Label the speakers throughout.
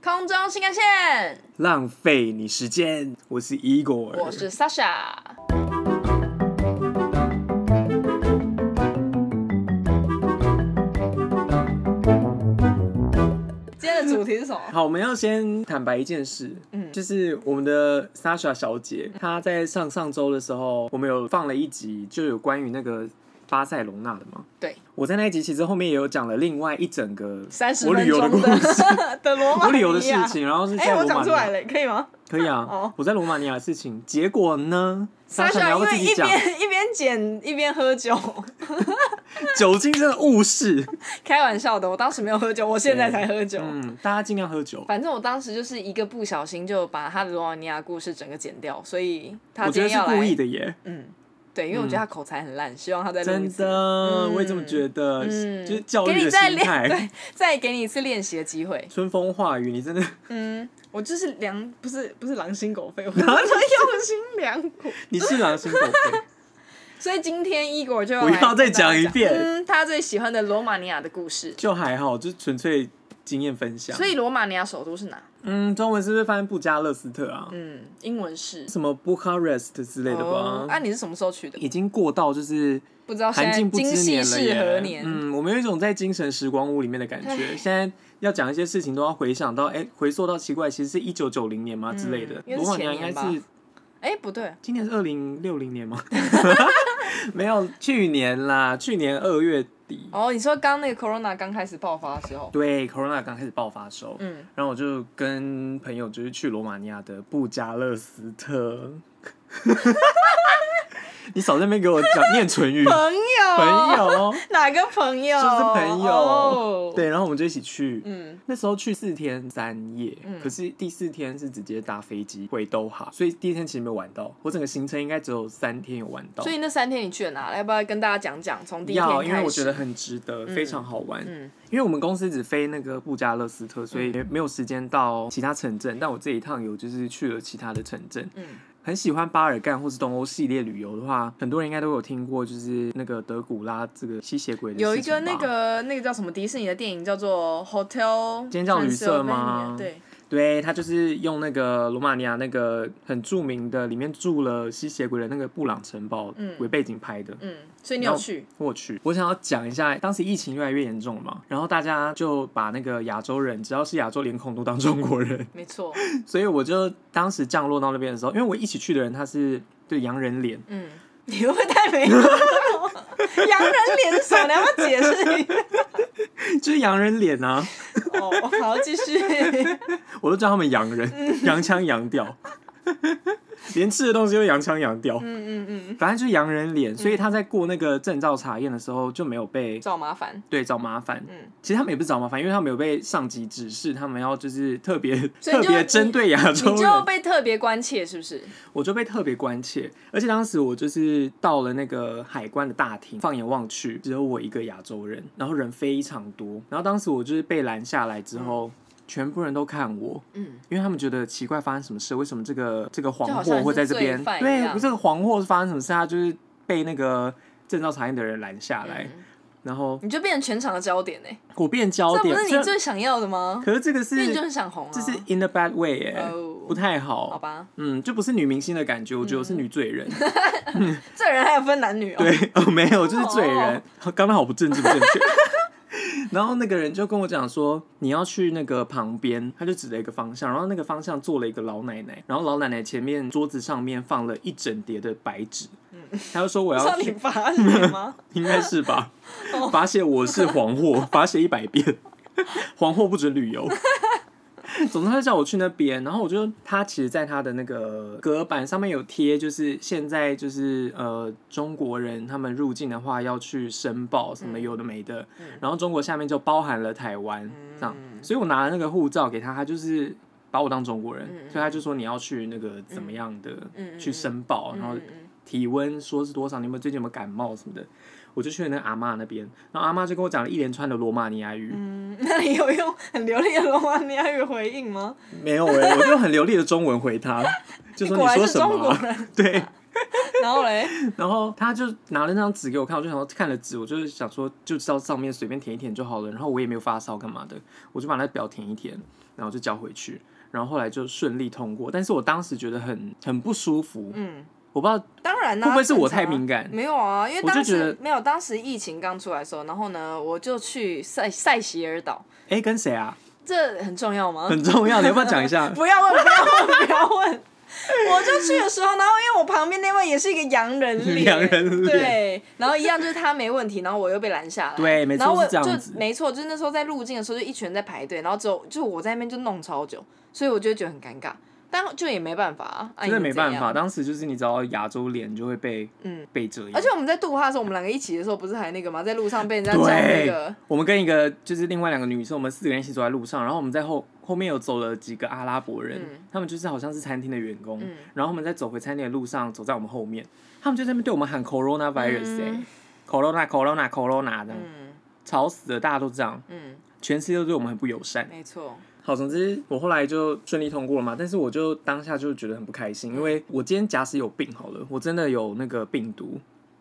Speaker 1: 空中新干
Speaker 2: 哎
Speaker 1: 线，
Speaker 2: 浪费你时间。我是 Igor，
Speaker 1: 我是 Sasha。今天的主题是什么？
Speaker 2: 好，我们要先坦白一件事，嗯，就是我们的 Sasha 小姐，她在上上周的时候，我们有放了一集，就有关于那个巴塞隆纳的嘛。
Speaker 1: 对，
Speaker 2: 我在那一集其实后面也有讲了另外一整个
Speaker 1: 三十
Speaker 2: 我
Speaker 1: 分
Speaker 2: 旅游的故
Speaker 1: 钟
Speaker 2: 事，
Speaker 1: 的的罗马尼亚
Speaker 2: 我旅游的事。情，然后是
Speaker 1: 哎、
Speaker 2: 在
Speaker 1: 我
Speaker 2: 罗
Speaker 1: 讲
Speaker 2: 马尼
Speaker 1: 出来
Speaker 2: 亚，
Speaker 1: 了，可以吗
Speaker 2: 可以啊
Speaker 1: 哦，
Speaker 2: 我在罗马尼亚的事情，结果呢，Sasha 你要
Speaker 1: 因
Speaker 2: 不要
Speaker 1: 为
Speaker 2: 自己
Speaker 1: 一
Speaker 2: 讲，
Speaker 1: 边一边剪一边喝酒，
Speaker 2: 酒精真的误事，
Speaker 1: 开玩笑的，我当时没有喝酒，我现在才喝酒。
Speaker 2: 嗯，大家尽量喝酒。
Speaker 1: 反正我当时就是一个不小心就把他的罗马尼亚故事整个剪掉，所以他
Speaker 2: 我觉
Speaker 1: 今
Speaker 2: 得
Speaker 1: 天
Speaker 2: 是
Speaker 1: 要来，
Speaker 2: 故意的耶，
Speaker 1: 嗯，对，因为我觉得他口才很烂，希望他再录一
Speaker 2: 真
Speaker 1: 次，
Speaker 2: 的，我也这么觉得，
Speaker 1: 嗯
Speaker 2: 就是教
Speaker 1: 给
Speaker 2: 育
Speaker 1: 你
Speaker 2: 的
Speaker 1: 再
Speaker 2: 心
Speaker 1: 练，
Speaker 2: 态。
Speaker 1: 对，再给你一次练习的机会。
Speaker 2: 春风化雨，你真的
Speaker 1: 嗯，我就是良，不是不是狼心狗 肺，我是用心良苦。
Speaker 2: 你是狼心狗肺，
Speaker 1: 所以今天伊果就
Speaker 2: 不
Speaker 1: 来
Speaker 2: 要再
Speaker 1: 跟大家
Speaker 2: 讲一遍
Speaker 1: 嗯，他最喜欢的罗马尼亚的故事。
Speaker 2: 就还好，就纯粹经验分享
Speaker 1: 所。以罗马尼亚首都是哪？
Speaker 2: 嗯，中文是不是翻布加勒斯特啊？
Speaker 1: 嗯，英文是
Speaker 2: 什么 Bucharest 之类的
Speaker 1: 哦
Speaker 2: 吧？
Speaker 1: 啊，你是什么时候去的？
Speaker 2: 已经过到就是
Speaker 1: 不知道现
Speaker 2: 寒
Speaker 1: 在
Speaker 2: 尽不
Speaker 1: 今
Speaker 2: 知
Speaker 1: 夕
Speaker 2: 年了
Speaker 1: 是何
Speaker 2: 耶
Speaker 1: 年？。
Speaker 2: 嗯，我们有一种在精神时光屋里面的感觉。现在要讲一些事情，都要回想到，哎、回溯到奇怪，其实是一九九零年嘛之类的
Speaker 1: 嗯。应该是
Speaker 2: 罗马尼亚
Speaker 1: 前
Speaker 2: 应该
Speaker 1: 年吧
Speaker 2: 是
Speaker 1: 哎、不对，
Speaker 2: 今年是二零六零 年吗？没有，去年啦，去年二月底，
Speaker 1: 哦，你说刚那个 corona 刚开始爆发的时候，
Speaker 2: 对，corona 刚开始爆发的时候，
Speaker 1: 嗯，
Speaker 2: 然后我就跟朋友就是去罗马尼亚的布加勒斯 特。你少在那边给我讲念 唇语，
Speaker 1: 朋友，
Speaker 2: 朋友
Speaker 1: 哪个朋友？
Speaker 2: 就是朋友
Speaker 1: 哦，，
Speaker 2: 对，然后我们就一起去。
Speaker 1: 嗯，
Speaker 2: 那时候去四天三夜，可是第四天是直接搭飞机回都哈，所以第一天其实没有玩到。我整个行程应该只有三天有玩到
Speaker 1: 所。以那三天你去了哪？要不要跟大家讲讲？从第一天开
Speaker 2: 要，
Speaker 1: 始，
Speaker 2: 因为我觉得很值得，非常好玩。
Speaker 1: 嗯
Speaker 2: 因为我们公司只飞那个布加勒斯特，所以没有时间到其他城镇。但我这一趟有就是去了其他的城镇。
Speaker 1: 嗯
Speaker 2: 很喜欢巴尔干或是东欧系列旅游的话，很多人应该都有听过，就是那个德古拉这个吸血鬼的
Speaker 1: 有一
Speaker 2: 事情
Speaker 1: 个那
Speaker 2: 吧
Speaker 1: 个那个叫什么迪士尼的电影叫做 Hotel
Speaker 2: 尖叫旅社吗
Speaker 1: Transylvania，对，
Speaker 2: 对他就是用那个罗马尼亚那个很著名的，里面住了吸血鬼的那个布朗城堡
Speaker 1: 嗯
Speaker 2: 为背景拍的。
Speaker 1: 嗯，所以你
Speaker 2: 然
Speaker 1: 有
Speaker 2: 后
Speaker 1: 去，
Speaker 2: 我去，我想要讲一下，当时疫情越来越严重了嘛，然后大家就把那个亚洲人，只要是亚洲脸孔都当中国人，
Speaker 1: 没错，
Speaker 2: 所以我就当时降落到那边的时候，因为我一起去的人他是对洋人脸，
Speaker 1: 嗯，你会不会太没礼貌了？洋人脸是什么？你要不要解释一 下？
Speaker 2: 就是洋人脸啊，
Speaker 1: 哦，好，继续。
Speaker 2: 我都叫他们洋
Speaker 1: 嗯
Speaker 2: 人，洋腔洋调， 连吃的东西都洋腔洋调，
Speaker 1: 嗯嗯嗯，
Speaker 2: 反正就是洋人脸，所以他在过那个证照查验的时候就没有被
Speaker 1: 找麻烦。
Speaker 2: 对找麻烦。
Speaker 1: 嗯，
Speaker 2: 其实他们也不是找麻烦，因为他们有被上级指示，他们要就是特别
Speaker 1: 所以
Speaker 2: 特
Speaker 1: 你就
Speaker 2: 别针对亚洲
Speaker 1: 你就
Speaker 2: 人，
Speaker 1: 被特别关切，是不是？
Speaker 2: 我就被特别关切。而且当时我就是到了那个海关的大厅，放眼望去，只有我一个亚洲人，然后人非常多。然后当时我就是被拦下来之后。全部人都看我，
Speaker 1: 嗯，
Speaker 2: 因为他们觉得奇怪，发生什么事？为什么这个这个
Speaker 1: 就
Speaker 2: 黄
Speaker 1: 好像
Speaker 2: 货
Speaker 1: 是
Speaker 2: 会在这
Speaker 1: 罪
Speaker 2: 边？
Speaker 1: 犯一
Speaker 2: 对
Speaker 1: 样，
Speaker 2: 这个黄货是发生什么事？他就是被那个证照查验的人拦下来，
Speaker 1: 嗯
Speaker 2: 然后
Speaker 1: 你就变成全场的焦点呢、
Speaker 2: 我变焦
Speaker 1: 这
Speaker 2: 点。
Speaker 1: 不是
Speaker 2: 虽
Speaker 1: 你
Speaker 2: 然
Speaker 1: 最想要的吗？
Speaker 2: 可是这个
Speaker 1: 因为你就是很想红啊。
Speaker 2: 这是 in a bad way 哎、
Speaker 1: 哦
Speaker 2: 不太好。
Speaker 1: 好嗯吧，
Speaker 2: 嗯，就不是女明星的感觉，我觉得我是女罪人。
Speaker 1: 这人还有分男女哦、
Speaker 2: 对，哦，没有，就是罪人。哦刚刚好不正正不正确。 然后那个人就跟我讲说，你要去那个旁边，他就指了一个方向，然后那个方向坐了一个老奶奶，然后老奶奶前面桌子上面放了一整叠的白纸，他就嗯说我
Speaker 1: 不知
Speaker 2: 要
Speaker 1: 道你
Speaker 2: 去，
Speaker 1: 发现吗？
Speaker 2: 应该 是吧，
Speaker 1: 哦
Speaker 2: 罚写我是黄货，罚写一百遍，黄货不准旅游。 总之，他就叫我去那边，然后我就他其实，在他的那个隔板上面有贴，就是现在就是呃中国人他们入境的话要去申报什
Speaker 1: 嗯
Speaker 2: 么有的没的，然后中国下面就包含了台湾
Speaker 1: 嗯
Speaker 2: 这样，所以我拿了那个护照给他，他就是把我当中国人，所以他就说你要去那个怎么样的、
Speaker 1: 嗯嗯
Speaker 2: 去申报，然后
Speaker 1: 嗯嗯
Speaker 2: 体温说是多少，你有没有最近有没有感冒什么的，我就去了那个阿嬷那边，然后阿嬷就跟我讲了一连串的罗马尼亚语，
Speaker 1: 嗯，那你有用很流利的罗马尼亚语回应吗？
Speaker 2: 欸 没有哎、我就很流利的中文回他，就说
Speaker 1: 果然
Speaker 2: 说
Speaker 1: 是
Speaker 2: 什么
Speaker 1: 中
Speaker 2: 啊、
Speaker 1: 国人，
Speaker 2: 对，
Speaker 1: 然后嘞，
Speaker 2: 然后他就拿了那张纸给我看，我就想说看了纸，我就是想说就知道上面随便填一填就好了。然后我也没有发烧干嘛的，我就把那表填一填，然后就交回去。然后后来就顺利通过，但是我当时觉得很很不舒服，
Speaker 1: 嗯，
Speaker 2: 我不知道
Speaker 1: 当然啦、
Speaker 2: 会不会是我
Speaker 1: 正常啊
Speaker 2: 太敏感
Speaker 1: 没有啊，因为
Speaker 2: 我就
Speaker 1: 当
Speaker 2: 觉得
Speaker 1: 时没有，当时疫情刚出来的时候，然后呢，我就去塞塞席尔岛，
Speaker 2: 哎跟谁啊，
Speaker 1: 这很重要吗？？
Speaker 2: 很重要，你要不要讲一下
Speaker 1: 不要问，不要问，不要问。 我就去的时候，然后因为我旁边那位也是一个洋人脸，
Speaker 2: 洋人脸
Speaker 1: 对，然后一样就是他没问题，然后我又被拦下来，
Speaker 2: 对没错
Speaker 1: 然后我
Speaker 2: 是这样
Speaker 1: 就
Speaker 2: 子
Speaker 1: 没错，就是那时候在入境的时候，就一群人在排队，然后只有就我在那边就弄超久，所以我就觉得很尴尬，但就也没办法啊，啊
Speaker 2: 真的没办，
Speaker 1: 也能怎
Speaker 2: 法，
Speaker 1: 样
Speaker 2: 当时就是你知道亚洲脸就会被
Speaker 1: 嗯。
Speaker 2: 被这样，
Speaker 1: 而且我们在杜哈的时候，我们两个一起的时候，不是还那个吗？在路上被人家讲那
Speaker 2: 对
Speaker 1: 个，，
Speaker 2: 我们跟一个就是另外两个女生，我们四个人一起走在路上，然后我们在后后面有走了几个阿拉伯人，
Speaker 1: 嗯
Speaker 2: 他们就是好像是餐厅的员工，
Speaker 1: 嗯
Speaker 2: 然后他们在走回餐厅的路上走在我们后面，他们就在那边对我们喊 corona virus 哎、
Speaker 1: 嗯
Speaker 2: corona corona corona 的，
Speaker 1: 嗯
Speaker 2: 吵死了，大家都这样，
Speaker 1: 嗯，
Speaker 2: 全世界都对我们很不友善。
Speaker 1: 没错，
Speaker 2: 好，总之我后来就顺利通过了嘛，但是我就当下就觉得很不开
Speaker 1: 嗯
Speaker 2: 心，因为我今天假使有病好了，我真的有那个病毒。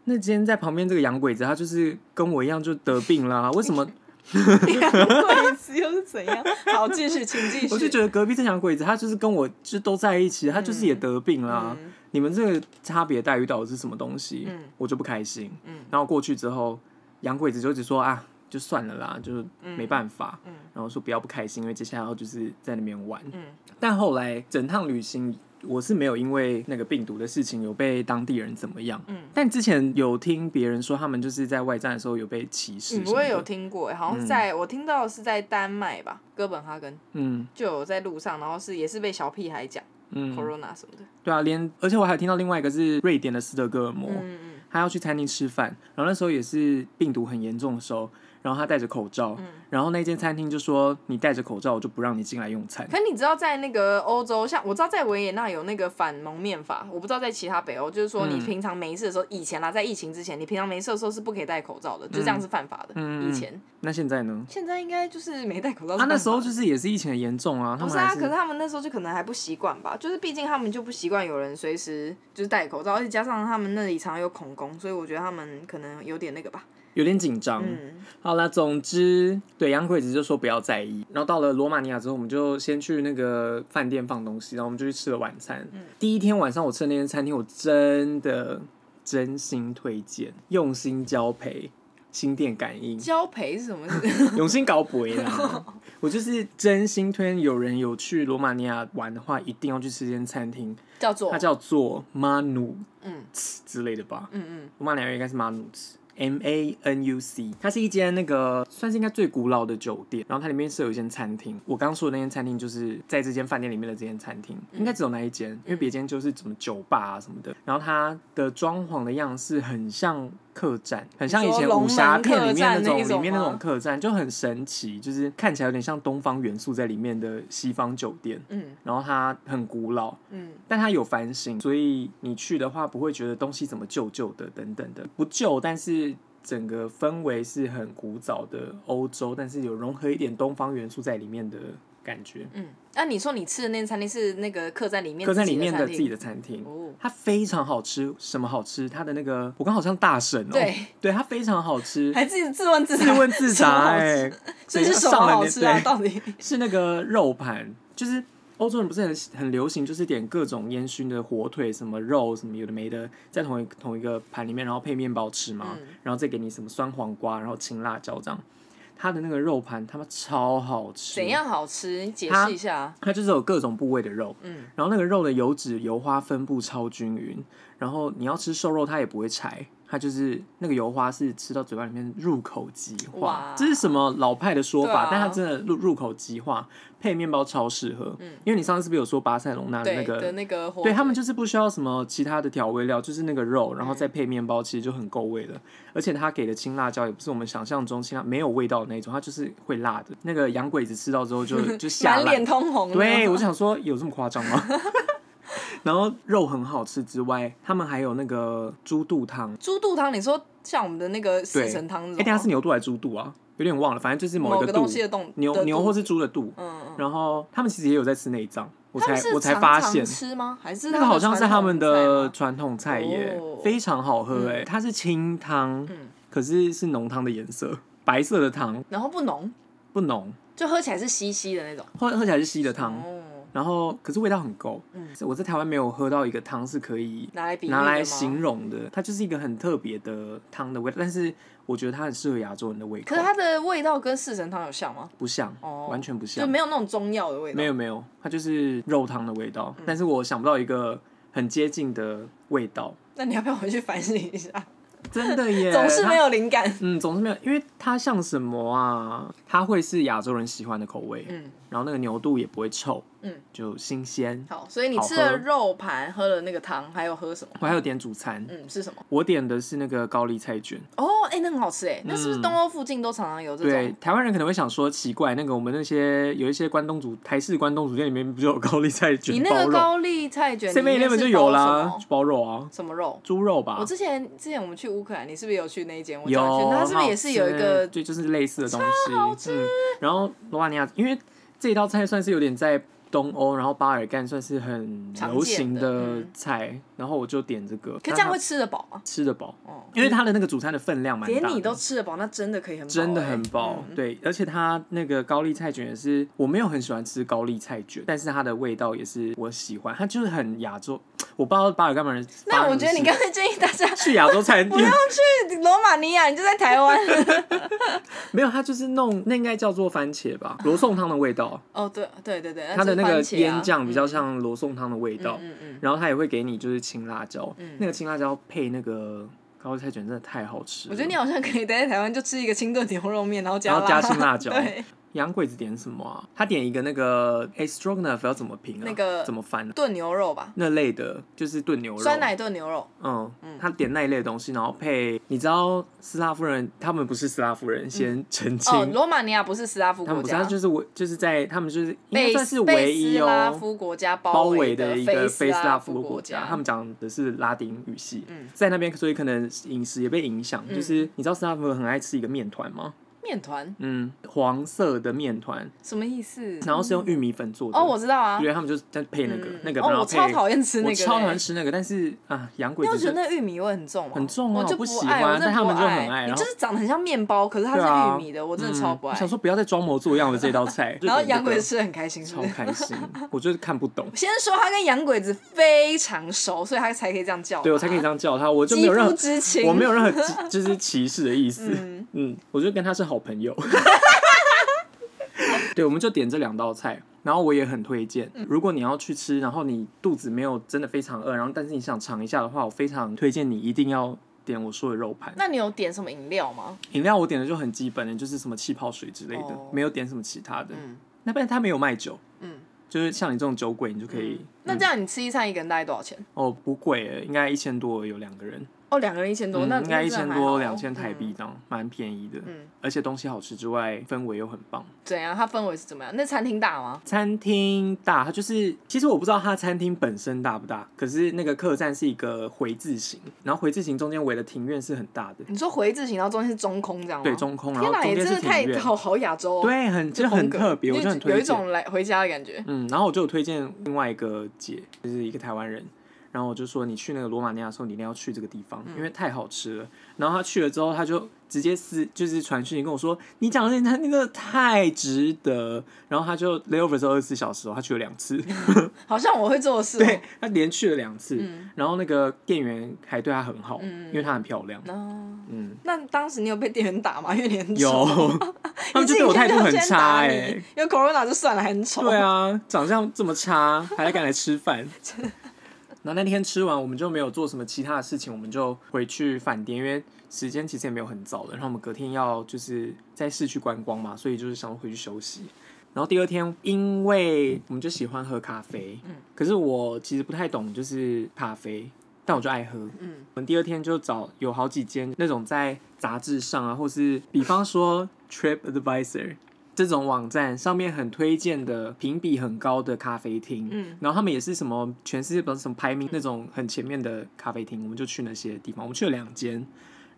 Speaker 2: 那今天在旁边这个洋鬼子，他就是跟我一样就得病啦。为什么？
Speaker 1: 鬼子又是怎样？好，继续，请继续。
Speaker 2: 我就觉得隔壁这洋鬼子，他就是跟我就都在一起，他就是也得啊病啦。
Speaker 1: 嗯
Speaker 2: 你们这个差别待遇到底是什么东西？
Speaker 1: 嗯
Speaker 2: 我就不开心。
Speaker 1: 嗯
Speaker 2: 然后过去之后，洋鬼子就一直说啊，就算了啦，就是没办法。
Speaker 1: 嗯
Speaker 2: 然后说不要不开心，因为接下来要就是在那边玩。
Speaker 1: 嗯
Speaker 2: 但后来整趟旅行，我是没有因为那个病毒的事情有被当地人怎么样。
Speaker 1: 嗯，
Speaker 2: 但之前有听别人说，他们就是在外战的时候有被歧视什
Speaker 1: 你
Speaker 2: 么的。
Speaker 1: 不会有听过欸、好像是在、我听到的是在丹麦吧，哥本哈根
Speaker 2: 嗯
Speaker 1: 就有在路上，然后是也是被小屁孩讲、
Speaker 2: 嗯，
Speaker 1: corona 什么的。
Speaker 2: 对啊，连而且我还有听到另外一个是瑞典的斯德哥尔摩，
Speaker 1: 嗯嗯
Speaker 2: 他要去餐厅吃饭，然后那时候也是病毒很严重的时候，然后他戴着口罩，
Speaker 1: 嗯
Speaker 2: 然后那间餐厅就说你戴着口罩，我就不让你进来用餐
Speaker 1: 嗯。。可你知道在那个欧洲，像我知道在维也纳有那个反蒙面法，我不知道在其他北欧，就是说你
Speaker 2: 嗯
Speaker 1: 平常没事的时候，以前啦，在疫情之前，你平常没事的时候是不可以戴口罩的，就这样是犯法的。
Speaker 2: 嗯
Speaker 1: 以前，
Speaker 2: 那现在呢？
Speaker 1: 现在应该就是没戴口罩是
Speaker 2: 他、
Speaker 1: 犯法的。
Speaker 2: 那时候就是也是疫情很严重啊，他
Speaker 1: 不
Speaker 2: 们
Speaker 1: 是啊，
Speaker 2: 还
Speaker 1: 可是他们那时候就可能还不习惯吧，就是毕竟他们就不习惯有人随时就是戴口罩，而且加上他们那里常常有恐攻，所以我觉得他们可能有点那个吧。
Speaker 2: 有点紧张。
Speaker 1: 嗯
Speaker 2: 好啦，总之对杨贵子就说不要在意。然后到了罗马尼亚之后，我们就先去那个饭店放东西，然后我们就去吃了晚餐。
Speaker 1: 嗯
Speaker 2: 第一天晚上我吃的那间餐厅，我真的真心推荐，用心交配，心电感应。
Speaker 1: 交配是什么？
Speaker 2: 永兴搞鬼啦！我就是真心推荐，有人有去罗马尼亚玩的话，一定要去吃这间餐厅，
Speaker 1: 叫做
Speaker 2: 它叫做 Manu
Speaker 1: 嗯
Speaker 2: Ts 之类的吧。
Speaker 1: 嗯嗯
Speaker 2: 罗马尼亚应该是 Manu Ts。M A N U C，它是一间那个算是应该最古老的酒店，然后它里面是有一间餐厅。我刚说的那间餐厅就是在这间饭店里面的这间餐厅，应该只有那一间，因为别间就是什么酒吧啊什么的。然后它的装潢的样式很像客栈，很像以前武侠片里面那种
Speaker 1: 你说龙门客栈那一种吗
Speaker 2: 里面那种客栈，就很神奇，就是看起来有点像东方元素在里面的西方酒店。
Speaker 1: 嗯
Speaker 2: 然后它很古老，
Speaker 1: 嗯
Speaker 2: 但它有反省，所以你去的话不会觉得东西怎么旧旧的等等的，不旧，但是整个氛围是很古早的欧洲，但是有融合一点东方元素在里面的感觉。
Speaker 1: 嗯。那、你说你吃的那餐厅是那个客栈里面
Speaker 2: 客栈里面的
Speaker 1: 自
Speaker 2: 自
Speaker 1: 己
Speaker 2: 己
Speaker 1: 的
Speaker 2: 的餐
Speaker 1: 餐
Speaker 2: 厅
Speaker 1: 厅，哦，
Speaker 2: 它非常好吃，什么好吃？它的那个我刚好像大神哦、
Speaker 1: 对，
Speaker 2: 对，它非常好 吃，
Speaker 1: 还自己自问自答
Speaker 2: 自问自答
Speaker 1: 什么好
Speaker 2: 哎、
Speaker 1: 这是什
Speaker 2: 上
Speaker 1: 么
Speaker 2: 了
Speaker 1: 好
Speaker 2: 年
Speaker 1: 吃啊？
Speaker 2: 对
Speaker 1: 到底
Speaker 2: 是那个肉盘，就是欧洲人不是很很流行，就是点各种烟熏的火腿、什么肉、什么有的没的，在同一同一个盘里面，然后配面包吃嘛，
Speaker 1: 嗯
Speaker 2: 然后再给你什么酸黄瓜，然后青辣椒这样。它的那个肉盘他妈超好吃，
Speaker 1: 怎？样好吃？你解释一下啊。
Speaker 2: 它就是有各种部位的肉，
Speaker 1: 嗯
Speaker 2: 然后那个肉的油脂、油花分布超均匀，然后你要吃瘦肉，它也不会柴，它就是那个油花是吃到嘴巴里面入口即化
Speaker 1: 哇，
Speaker 2: 这是什么老派的说法？
Speaker 1: 对啊
Speaker 2: 但它真的入入口即化，配面包超适合。因为你上次不是有说巴塞隆纳的那
Speaker 1: 嗯对
Speaker 2: 个
Speaker 1: 的那个火
Speaker 2: 对
Speaker 1: 腿，
Speaker 2: 他们就是不需要什么其他的调味料，就是那个肉，然后再配面包，其实就很够味了。而且他给的青辣椒也不是我们想象中青辣没有味道的那种，它就是会辣的。那个洋鬼子吃到之后 就就吓
Speaker 1: 满
Speaker 2: 烂
Speaker 1: 脸，通红的。
Speaker 2: 对我就想说有这么夸张吗？然后肉很好吃之外，他们还有那个猪肚汤，
Speaker 1: 猪肚汤，你说像我们的那个
Speaker 2: 对，
Speaker 1: 四神汤
Speaker 2: 哎、
Speaker 1: 那
Speaker 2: 等一下是
Speaker 1: 种吗，
Speaker 2: 牛肚还是猪肚啊？有点忘了，反正就是某
Speaker 1: 某
Speaker 2: 一
Speaker 1: 个
Speaker 2: 肚
Speaker 1: 东西的动
Speaker 2: 牛
Speaker 1: 的
Speaker 2: 牛
Speaker 1: 肚
Speaker 2: 或是猪的肚，
Speaker 1: 嗯嗯
Speaker 2: 然后他们其实也有在吃内脏，我我
Speaker 1: 他
Speaker 2: 才
Speaker 1: 们是
Speaker 2: 我才
Speaker 1: 常
Speaker 2: 发
Speaker 1: 常
Speaker 2: 现。
Speaker 1: 吃吗？还是
Speaker 2: 那个好像是他们的
Speaker 1: 的
Speaker 2: 传统菜耶
Speaker 1: 哦，
Speaker 2: 非常好喝哎，它是清汤，
Speaker 1: 嗯，
Speaker 2: 可是是浓汤的颜色，白色的汤
Speaker 1: 然后不浓，
Speaker 2: 不浓，
Speaker 1: 就喝起来是稀稀的那种
Speaker 2: 喝喝起来是稀的汤，
Speaker 1: 哦，
Speaker 2: 然后可是味道很够。
Speaker 1: 嗯
Speaker 2: 我在台湾没有喝到一个汤是可以
Speaker 1: 拿来比喻
Speaker 2: 拿来
Speaker 1: 的吗
Speaker 2: 形容的，它就是一个很特别的汤的味道，但是我觉得它很适合亚洲人的胃口
Speaker 1: 可是，它的味道跟四神汤有像吗？
Speaker 2: 不像，
Speaker 1: 哦
Speaker 2: 完全不
Speaker 1: 就
Speaker 2: 像，
Speaker 1: 没有那种中药的味道。
Speaker 2: 没有没有，它就是肉汤的味
Speaker 1: 嗯
Speaker 2: 道，但是我想不到一个很接近的味道，
Speaker 1: 那你要不要回去反省一下？
Speaker 2: 真的 耶，
Speaker 1: 总是
Speaker 2: 它
Speaker 1: 没有灵感。
Speaker 2: 嗯，总是没有，因为它像什么啊？它会是亚洲人喜欢的口味，
Speaker 1: 嗯，
Speaker 2: 然后那个牛肚也不会臭，
Speaker 1: 嗯，
Speaker 2: 就新鲜。
Speaker 1: 好，所以你
Speaker 2: 好
Speaker 1: 吃了
Speaker 2: 喝
Speaker 1: 肉盘，喝了那个汤，还有喝什么？
Speaker 2: 我还有点主餐，
Speaker 1: 嗯，是什么？
Speaker 2: 我点的是那个高丽菜卷。
Speaker 1: 哦，哎、那很好吃哎，那是不是
Speaker 2: 嗯
Speaker 1: 东欧附近都常常有这种？
Speaker 2: 对，台湾人可能会想说，奇怪，那个我们那些有一些关东煮台式关东煮店里面不就有高丽菜
Speaker 1: 你
Speaker 2: 卷
Speaker 1: 那
Speaker 2: 包
Speaker 1: 个
Speaker 2: 肉
Speaker 1: 高丽菜卷里
Speaker 2: ？seven
Speaker 1: 面
Speaker 2: eleven
Speaker 1: 是
Speaker 2: 就有
Speaker 1: 包什
Speaker 2: 啦
Speaker 1: 么，
Speaker 2: 就包肉啊，
Speaker 1: 什么肉？
Speaker 2: 猪肉吧
Speaker 1: 我。之前之前我们去乌克兰，你是不是有去那一间？我
Speaker 2: 有，
Speaker 1: 叫你去那它是不是
Speaker 2: 很好
Speaker 1: 也是有一
Speaker 2: 吃
Speaker 1: 个？
Speaker 2: 对，就是类似的东西。嗯，然后罗马尼亚，因为这一道菜算是有点在东欧，然后巴尔干算是很
Speaker 1: 常
Speaker 2: 流
Speaker 1: 见
Speaker 2: 行
Speaker 1: 的
Speaker 2: 的
Speaker 1: 嗯
Speaker 2: 菜，然后我就点这个。
Speaker 1: 可
Speaker 2: 那
Speaker 1: 这样
Speaker 2: 它
Speaker 1: 会吃得饱吗？
Speaker 2: 吃得饱，
Speaker 1: 哦，
Speaker 2: 因为它的那个主餐的分量蛮大
Speaker 1: 连
Speaker 2: 的。
Speaker 1: 你都吃得饱，那真的可以很饱、
Speaker 2: 真的
Speaker 1: 欸
Speaker 2: 很饱，
Speaker 1: 嗯
Speaker 2: 对，而且它那个高丽菜卷也是，我没有很喜欢吃高丽菜卷，但是它的味道也是我喜欢，它就是很亚洲，我不知道巴尔干人发生什么事。
Speaker 1: 那我觉得你刚才建议大家
Speaker 2: 去亚洲餐
Speaker 1: 不要
Speaker 2: 店，
Speaker 1: 去罗马尼亚，你就在台 湾。
Speaker 2: 没有，它就是弄那应该叫做番茄吧，罗宋汤的味道，
Speaker 1: 哦，对对对对，
Speaker 2: 它的那
Speaker 1: 是
Speaker 2: 个
Speaker 1: 番茄啊
Speaker 2: 腌酱比较像罗宋汤的味道，
Speaker 1: 嗯嗯
Speaker 2: 然后它也会给你就是青辣椒，
Speaker 1: 嗯
Speaker 2: 那个青辣椒配那个高丽菜卷真的太好吃了。
Speaker 1: 我觉得你好像可以待在台湾，就吃一个清炖牛肉面，然后加
Speaker 2: 然后加
Speaker 1: 辣
Speaker 2: 青辣 椒
Speaker 1: 对，
Speaker 2: 洋鬼子点什么啊？他点一个那个哎 s t r o g a n o f 要怎么拼啊？
Speaker 1: 那个
Speaker 2: 怎么翻、啊？
Speaker 1: 炖牛肉吧，
Speaker 2: 那类的，就是炖牛肉。
Speaker 1: 酸奶炖牛肉，
Speaker 2: 嗯
Speaker 1: 嗯，
Speaker 2: 他点那一类的东西，然后配，你知道斯拉夫人，他们不是斯拉夫人，先澄清，
Speaker 1: 哦，罗马尼亚不是斯拉夫
Speaker 2: 他
Speaker 1: 国
Speaker 2: 们不是，他
Speaker 1: 家，
Speaker 2: 就是唯，就是在他们就是应该
Speaker 1: 被
Speaker 2: 算是唯
Speaker 1: 被
Speaker 2: 一
Speaker 1: 斯拉
Speaker 2: 哦，
Speaker 1: 夫国家
Speaker 2: 包
Speaker 1: 围
Speaker 2: 的一个
Speaker 1: 非
Speaker 2: 非斯拉
Speaker 1: 拉
Speaker 2: 夫
Speaker 1: 国
Speaker 2: 家，他们讲的是拉丁语系，
Speaker 1: 嗯
Speaker 2: 在那边，所以可能饮食也被影响，
Speaker 1: 嗯
Speaker 2: 就是你知道斯拉夫人很爱吃一个面团吗？
Speaker 1: 面团
Speaker 2: 嗯，黄色的面团，
Speaker 1: 什么意思？
Speaker 2: 然后是用玉米粉做的。
Speaker 1: 哦，我知道啊，
Speaker 2: 对，他们就是在配那个、
Speaker 1: 嗯
Speaker 2: 那个，
Speaker 1: 哦，我
Speaker 2: 然后配。
Speaker 1: 超讨厌吃那个
Speaker 2: 我
Speaker 1: 的，
Speaker 2: 超讨厌吃那个，但是啊，洋鬼
Speaker 1: 因为我
Speaker 2: 子
Speaker 1: 觉得
Speaker 2: 真
Speaker 1: 那玉米味很重嘛，
Speaker 2: 很重啊
Speaker 1: 我就
Speaker 2: 我不喜
Speaker 1: 爱，我
Speaker 2: 欢
Speaker 1: 真的
Speaker 2: 但他们
Speaker 1: 不
Speaker 2: 就
Speaker 1: 爱
Speaker 2: 很爱
Speaker 1: 你
Speaker 2: 然
Speaker 1: 就
Speaker 2: 后
Speaker 1: 是长得很像面包，可是它是
Speaker 2: 对啊
Speaker 1: 玉米的，我真的超不
Speaker 2: 嗯
Speaker 1: 爱
Speaker 2: 想。说不要再装模作样了这道菜。
Speaker 1: 然后洋鬼子
Speaker 2: 子
Speaker 1: 吃得很开心，是
Speaker 2: 超
Speaker 1: 不是？
Speaker 2: 开心，我就是看不懂，
Speaker 1: 先说他跟洋鬼子非常熟，所以他才可以这样叫吧。
Speaker 2: 对我才可以这样叫他，我就没
Speaker 1: 肌
Speaker 2: 有任
Speaker 1: 肤
Speaker 2: 何
Speaker 1: 之情。
Speaker 2: 我没有任何歧就是歧视的意思。
Speaker 1: 嗯
Speaker 2: 嗯我就跟他是好朋 友。对，我们就点这两道菜，然后我也很推荐。
Speaker 1: 嗯
Speaker 2: 如果你要去吃，然后你肚子没有真的非常饿，然后但是你想尝一下的话，我非常推荐你一定要点我说的肉盘。
Speaker 1: 那你有点什么饮料吗？
Speaker 2: 饮料我点的就很基本的，就是什么气泡水之类的
Speaker 1: 哦，
Speaker 2: 没有点什么其他的。
Speaker 1: 嗯
Speaker 2: 那边他没有卖酒，
Speaker 1: 嗯，
Speaker 2: 就是像你这种酒鬼，你就可以。嗯
Speaker 1: 那这样你吃一餐一个人大概多少钱？
Speaker 2: 哦，不贵耶，应该一千多有两个人，
Speaker 1: 哦，两个人一千多，
Speaker 2: 嗯
Speaker 1: 那
Speaker 2: 应
Speaker 1: 那
Speaker 2: 该一
Speaker 1: 真的
Speaker 2: 千
Speaker 1: 还好
Speaker 2: 多两千台币
Speaker 1: 嗯
Speaker 2: 这样，蛮便宜的。
Speaker 1: 嗯
Speaker 2: 而且东西好吃之外，氛围又很棒。
Speaker 1: 怎啊样？它氛围是怎么样？那餐厅大吗？
Speaker 2: 餐厅大，它就是其实我不知道它餐厅本身大不大，可是那个客栈是一个回字形，然后回字形中间围的庭院是很大的，
Speaker 1: 你说回字形，然后中间是中空这样吗？
Speaker 2: 对，中空，然后
Speaker 1: 天哪，
Speaker 2: 中
Speaker 1: 也
Speaker 2: 间
Speaker 1: 真
Speaker 2: 是
Speaker 1: 的
Speaker 2: 庭
Speaker 1: 太
Speaker 2: 院，
Speaker 1: 好好亚洲、哦，
Speaker 2: 对，很
Speaker 1: 这
Speaker 2: 就
Speaker 1: 风
Speaker 2: 很
Speaker 1: 格，
Speaker 2: 特别，我
Speaker 1: 因
Speaker 2: 就
Speaker 1: 为
Speaker 2: 很推
Speaker 1: 有
Speaker 2: 荐。
Speaker 1: 一种来回家的感觉。
Speaker 2: 嗯，然后我就有推荐另外一个姐，就是一个台湾人，然后我就说你去那个罗马尼亚的时候，你一定要去这个地方，
Speaker 1: 嗯
Speaker 2: 因为太好吃了。然后他去了之后，他就直接私就是传讯息跟我说，你讲的那餐厅真的太值得。然后他就 layover 之后二十四小时、哦，他去了两 次，
Speaker 1: 好像我会做的事、
Speaker 2: 对，他连去了两次。
Speaker 1: 嗯
Speaker 2: 然后那个店员还对他很好，
Speaker 1: 嗯
Speaker 2: 因为她很漂亮。
Speaker 1: 那
Speaker 2: 嗯，
Speaker 1: 那当时你有被店员打吗？因为你很丑
Speaker 2: 有， 他们就对我态度很差哎、
Speaker 1: 欸，有 corona 就算了，还很丑。
Speaker 2: 对啊，长相这么差，还来敢来吃饭。 然后那天吃完，我们就没有做什么其他的事情，我们就回去饭店，因为时间其实也没有很早了。然后我们隔天要就是在市区观光嘛，所以就是想回去休息。然后第二天，因为我们就喜欢喝咖啡，
Speaker 1: 嗯
Speaker 2: 可是我其实不太懂就是咖啡，但我就爱喝，
Speaker 1: 嗯，
Speaker 2: 我们第二天就找有好几间那种在杂志上啊，或是比方说 Trip Advisor 这种网站上面很推荐的评比很高的咖啡厅，
Speaker 1: 嗯，
Speaker 2: 然后他们也是什么全世界不知道什么排名那种很前面的咖啡厅，我们就去那些地方，我们去了两间。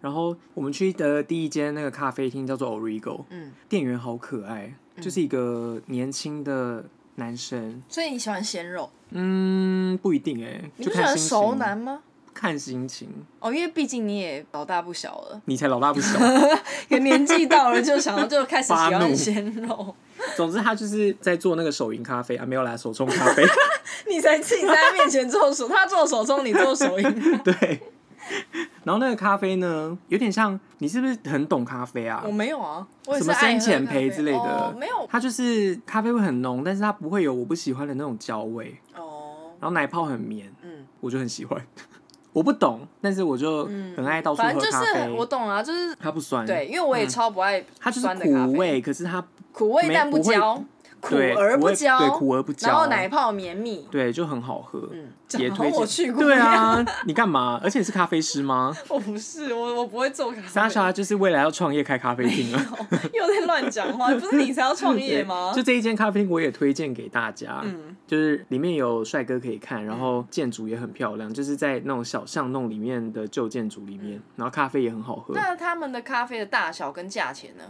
Speaker 2: 然后我们去的第一间那个咖啡厅叫做 Origo，
Speaker 1: 嗯，
Speaker 2: 店员好可爱，就是一个年轻的男生，
Speaker 1: 所以你喜欢鲜肉？
Speaker 2: 嗯，不一定哎、
Speaker 1: 你
Speaker 2: 就
Speaker 1: 不喜
Speaker 2: 看
Speaker 1: 欢
Speaker 2: 心情。
Speaker 1: 熟男吗？
Speaker 2: 看心情，
Speaker 1: 哦，因为毕竟你也老大不小了，
Speaker 2: 你才老大不小。
Speaker 1: 也年纪到了，就想要就开始喜
Speaker 2: 发怒
Speaker 1: 欢鲜肉。
Speaker 2: 总之，他就是在做那个手淫咖啡啊，没有啦，手冲咖 啡。
Speaker 1: 你才自己在他面前做手， 他做手中，你做手淫。
Speaker 2: 对。然后那个咖啡呢，有点像你是不是很懂咖啡啊
Speaker 1: 我？没有啊，我也
Speaker 2: 什
Speaker 1: 是
Speaker 2: 么
Speaker 1: 爱
Speaker 2: 深
Speaker 1: 喝
Speaker 2: 浅
Speaker 1: 咖
Speaker 2: 焙
Speaker 1: 啡
Speaker 2: 之类的，
Speaker 1: 哦没有
Speaker 2: 它就是咖啡会很浓，但是它不会有我不喜欢的那种焦味，
Speaker 1: 哦，
Speaker 2: 然后奶泡很绵，
Speaker 1: 嗯，
Speaker 2: 我就很喜欢。 我不懂，但是我就
Speaker 1: 嗯
Speaker 2: 很爱到处
Speaker 1: 反
Speaker 2: 喝
Speaker 1: 正就
Speaker 2: 咖
Speaker 1: 是
Speaker 2: 啡。
Speaker 1: 我懂啊，就是
Speaker 2: 它不酸，
Speaker 1: 对，因为我也
Speaker 2: 嗯
Speaker 1: 超不爱
Speaker 2: 它就是
Speaker 1: 酸的咖
Speaker 2: 苦
Speaker 1: 啡，
Speaker 2: 味，可是它
Speaker 1: 苦味
Speaker 2: 没
Speaker 1: 但
Speaker 2: 不会
Speaker 1: 焦，苦
Speaker 2: 对
Speaker 1: 而
Speaker 2: 不
Speaker 1: 不
Speaker 2: 会
Speaker 1: 焦，
Speaker 2: 对苦而不焦，
Speaker 1: 然后奶泡绵密，
Speaker 2: 对就很好喝。
Speaker 1: 嗯，
Speaker 2: 也
Speaker 1: 讲好
Speaker 2: 推
Speaker 1: 像
Speaker 2: 荐
Speaker 1: 我去过，
Speaker 2: 对，啊，你干嘛？而且你是咖啡师吗
Speaker 1: 我哦不是，我我不会做咖啡
Speaker 2: ？Sasha 就是未来要创业开咖啡厅了。
Speaker 1: 又在乱讲 话，不是你才要 创业吗
Speaker 2: 对就？这一间咖啡厅，我也推荐给大家。
Speaker 1: 嗯
Speaker 2: 就是里面有帅哥可以看，然后建筑也很漂亮，就是在那种小巷弄里面的旧建筑里面，然后咖啡也很好喝。
Speaker 1: 嗯那他们的咖啡的大小跟价钱呢？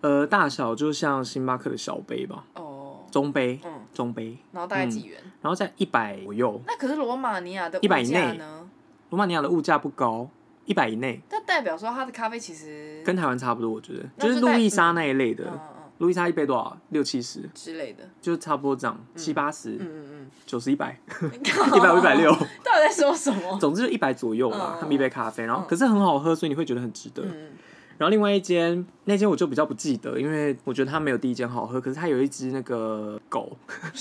Speaker 2: 呃，大小就像星巴克的小杯吧，
Speaker 1: 哦，
Speaker 2: 中杯，
Speaker 1: 嗯，
Speaker 2: 中杯，
Speaker 1: 然后大概几元？
Speaker 2: 然后在一百左右。
Speaker 1: 那可是罗马尼亚的物
Speaker 2: 100以
Speaker 1: 价
Speaker 2: 内
Speaker 1: 呢？
Speaker 2: 罗马尼亚的物价不高，一百以内，
Speaker 1: 那代表说它的咖啡其实
Speaker 2: 跟台湾差不多，我觉得
Speaker 1: 那
Speaker 2: 就是
Speaker 1: 就
Speaker 2: 路
Speaker 1: 在
Speaker 2: 易莎那一类
Speaker 1: 嗯
Speaker 2: 的。
Speaker 1: 嗯嗯
Speaker 2: 路易莎一杯多少？六七十，
Speaker 1: 之类的，
Speaker 2: 就差不多这样，七八十、
Speaker 1: 嗯嗯
Speaker 2: 九十、一百、
Speaker 1: 嗯，
Speaker 2: 一百五、一百六，
Speaker 1: 到底在说什 么？
Speaker 2: 总之就一百左右啦。
Speaker 1: 嗯
Speaker 2: 他们一杯咖啡，然后
Speaker 1: 嗯
Speaker 2: 可是很好喝，所以你会觉得很值得。
Speaker 1: 嗯，
Speaker 2: 然后另外一间，那间我就比较不记得，因为我觉得它没有第一间好喝。可是它有一只那个 狗，